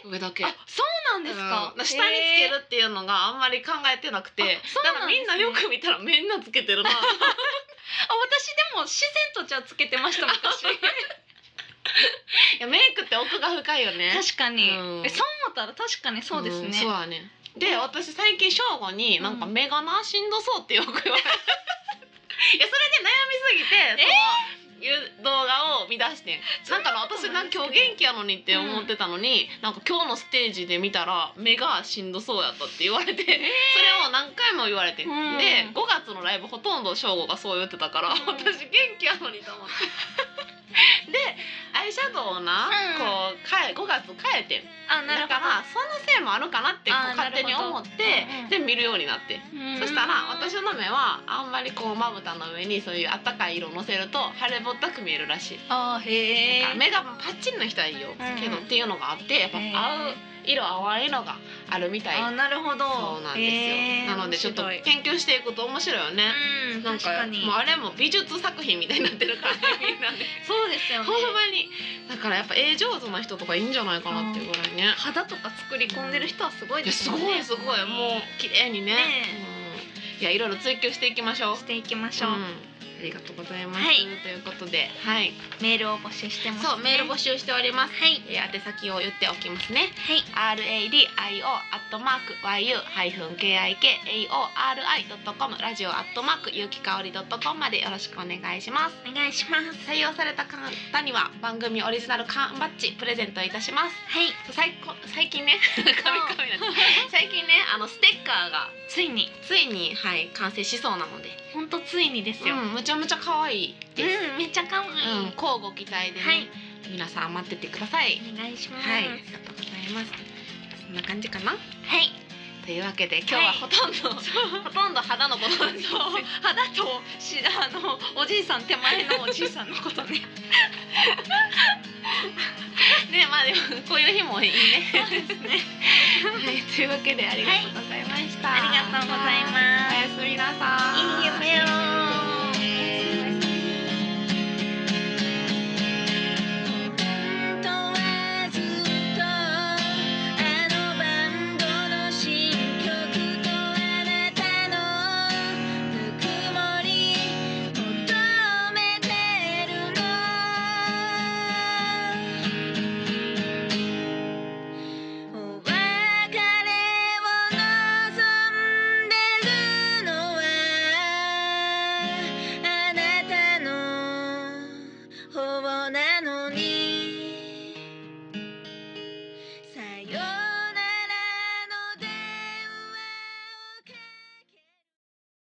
Speaker 2: 上だけ
Speaker 1: あそうなんですか、
Speaker 2: うん下につけるっていうのがあんまり考えてなくて、
Speaker 1: あそう
Speaker 2: だ
Speaker 1: なんですね
Speaker 2: からみんなよく見たらみんなつけてる な
Speaker 1: へーあ私でも自然とじゃあつけてました昔
Speaker 2: いやメイクって奥が深いよね
Speaker 1: 確かに、
Speaker 2: うん
Speaker 1: えそう思ったら確かにそうですね、
Speaker 2: んそうやねで
Speaker 1: うん
Speaker 2: 私最近正午になんか目がなしんどそうってよく 言われるいやそれで悩みすぎてそのいう動画を見出してんなんかな私なんか今日元気やのにって思ってたのに、なんか今日のステージで見たら目がしんどそうやったって言われて、それを何回も言われてん、
Speaker 1: うん
Speaker 2: で5月のライブほとんど正午がそう言ってたから、
Speaker 1: うん
Speaker 2: 私元気やのにと思ってでアイシャドウをな、
Speaker 1: うん
Speaker 2: こう変え5月変えてん
Speaker 1: あなる
Speaker 2: だ
Speaker 1: ほど
Speaker 2: からそのせいもあるかなってこ
Speaker 1: あ
Speaker 2: う
Speaker 1: ー
Speaker 2: 勝手に思って、
Speaker 1: なるほど
Speaker 2: で見るようになって、
Speaker 1: うん
Speaker 2: そしたら私の目はあんまりこうまぶたの上にそういうあったかい色をのせると腫れぼったく見えるらしい、
Speaker 1: あーへえ
Speaker 2: だから目がパッチリの人はいいよ、
Speaker 1: ん
Speaker 2: けどっていうのがあってやっぱ
Speaker 1: へー
Speaker 2: 合う色合わいのがあるみたい
Speaker 1: あなるほど
Speaker 2: そうなんですよなのでちょっと
Speaker 1: 面白い
Speaker 2: 研究していくと面白いよね、
Speaker 1: うん
Speaker 2: なん
Speaker 1: 確
Speaker 2: か
Speaker 1: かに
Speaker 2: もうあれも美術作品みたいになってるからねみ んなね
Speaker 1: そうですよね
Speaker 2: ほんまにだからやっぱ絵上手な人とかいいんじゃないかなっていうぐらいね、
Speaker 1: 肌とか作り込んでる人はすごい
Speaker 2: いや
Speaker 1: です
Speaker 2: す
Speaker 1: よ
Speaker 2: ご
Speaker 1: ね
Speaker 2: いすごいもう綺麗にね
Speaker 1: ね
Speaker 2: うん、いやいろいろ追求していきましょう、
Speaker 1: していきましょう、
Speaker 2: うんありがとうございます、
Speaker 1: はい
Speaker 2: ということではい
Speaker 1: メールを募集してます、ね、
Speaker 2: そうメール募集しております
Speaker 1: はい
Speaker 2: えー宛先を言っておきますね
Speaker 1: はい
Speaker 2: RADIO アットマーク YU-KIKAORI.com ラジオアットマーク有機香り .com までよろしくお願いします
Speaker 1: お願いし ます
Speaker 2: 採用された方には番組オリジナル缶バッジプレゼントいたします
Speaker 1: はい
Speaker 2: 最こ最近ね 神々なんです最近ねあのステッカーが
Speaker 1: ついに
Speaker 2: ついにはい完成しそうなので、
Speaker 1: 本当ついにですよ、うん
Speaker 2: うん、むちゃむちゃ可愛いです、
Speaker 1: めっちゃ可愛い、
Speaker 2: うん交互期待でね、
Speaker 1: はい
Speaker 2: 皆さん待っててください、
Speaker 1: お願いします
Speaker 2: はいありがとうございますそんな感じかな
Speaker 1: はい
Speaker 2: というわけで今日はほとんど、ほとんど肌のことなんです
Speaker 1: そう肌としあのおじいさん手前のおじいさんのことね
Speaker 2: ねまあでもこういう日もいいね
Speaker 1: そうですね
Speaker 2: はいというわけでありがとうございました、
Speaker 1: ありがとうござい
Speaker 2: お
Speaker 1: ま
Speaker 2: やすみなさ
Speaker 1: すい
Speaker 2: い
Speaker 1: い夢を
Speaker 4: 本当はずっとあのバンドの新曲とあなたのぬくもり求めてるのお別れを望んでるのはあなたの方なのに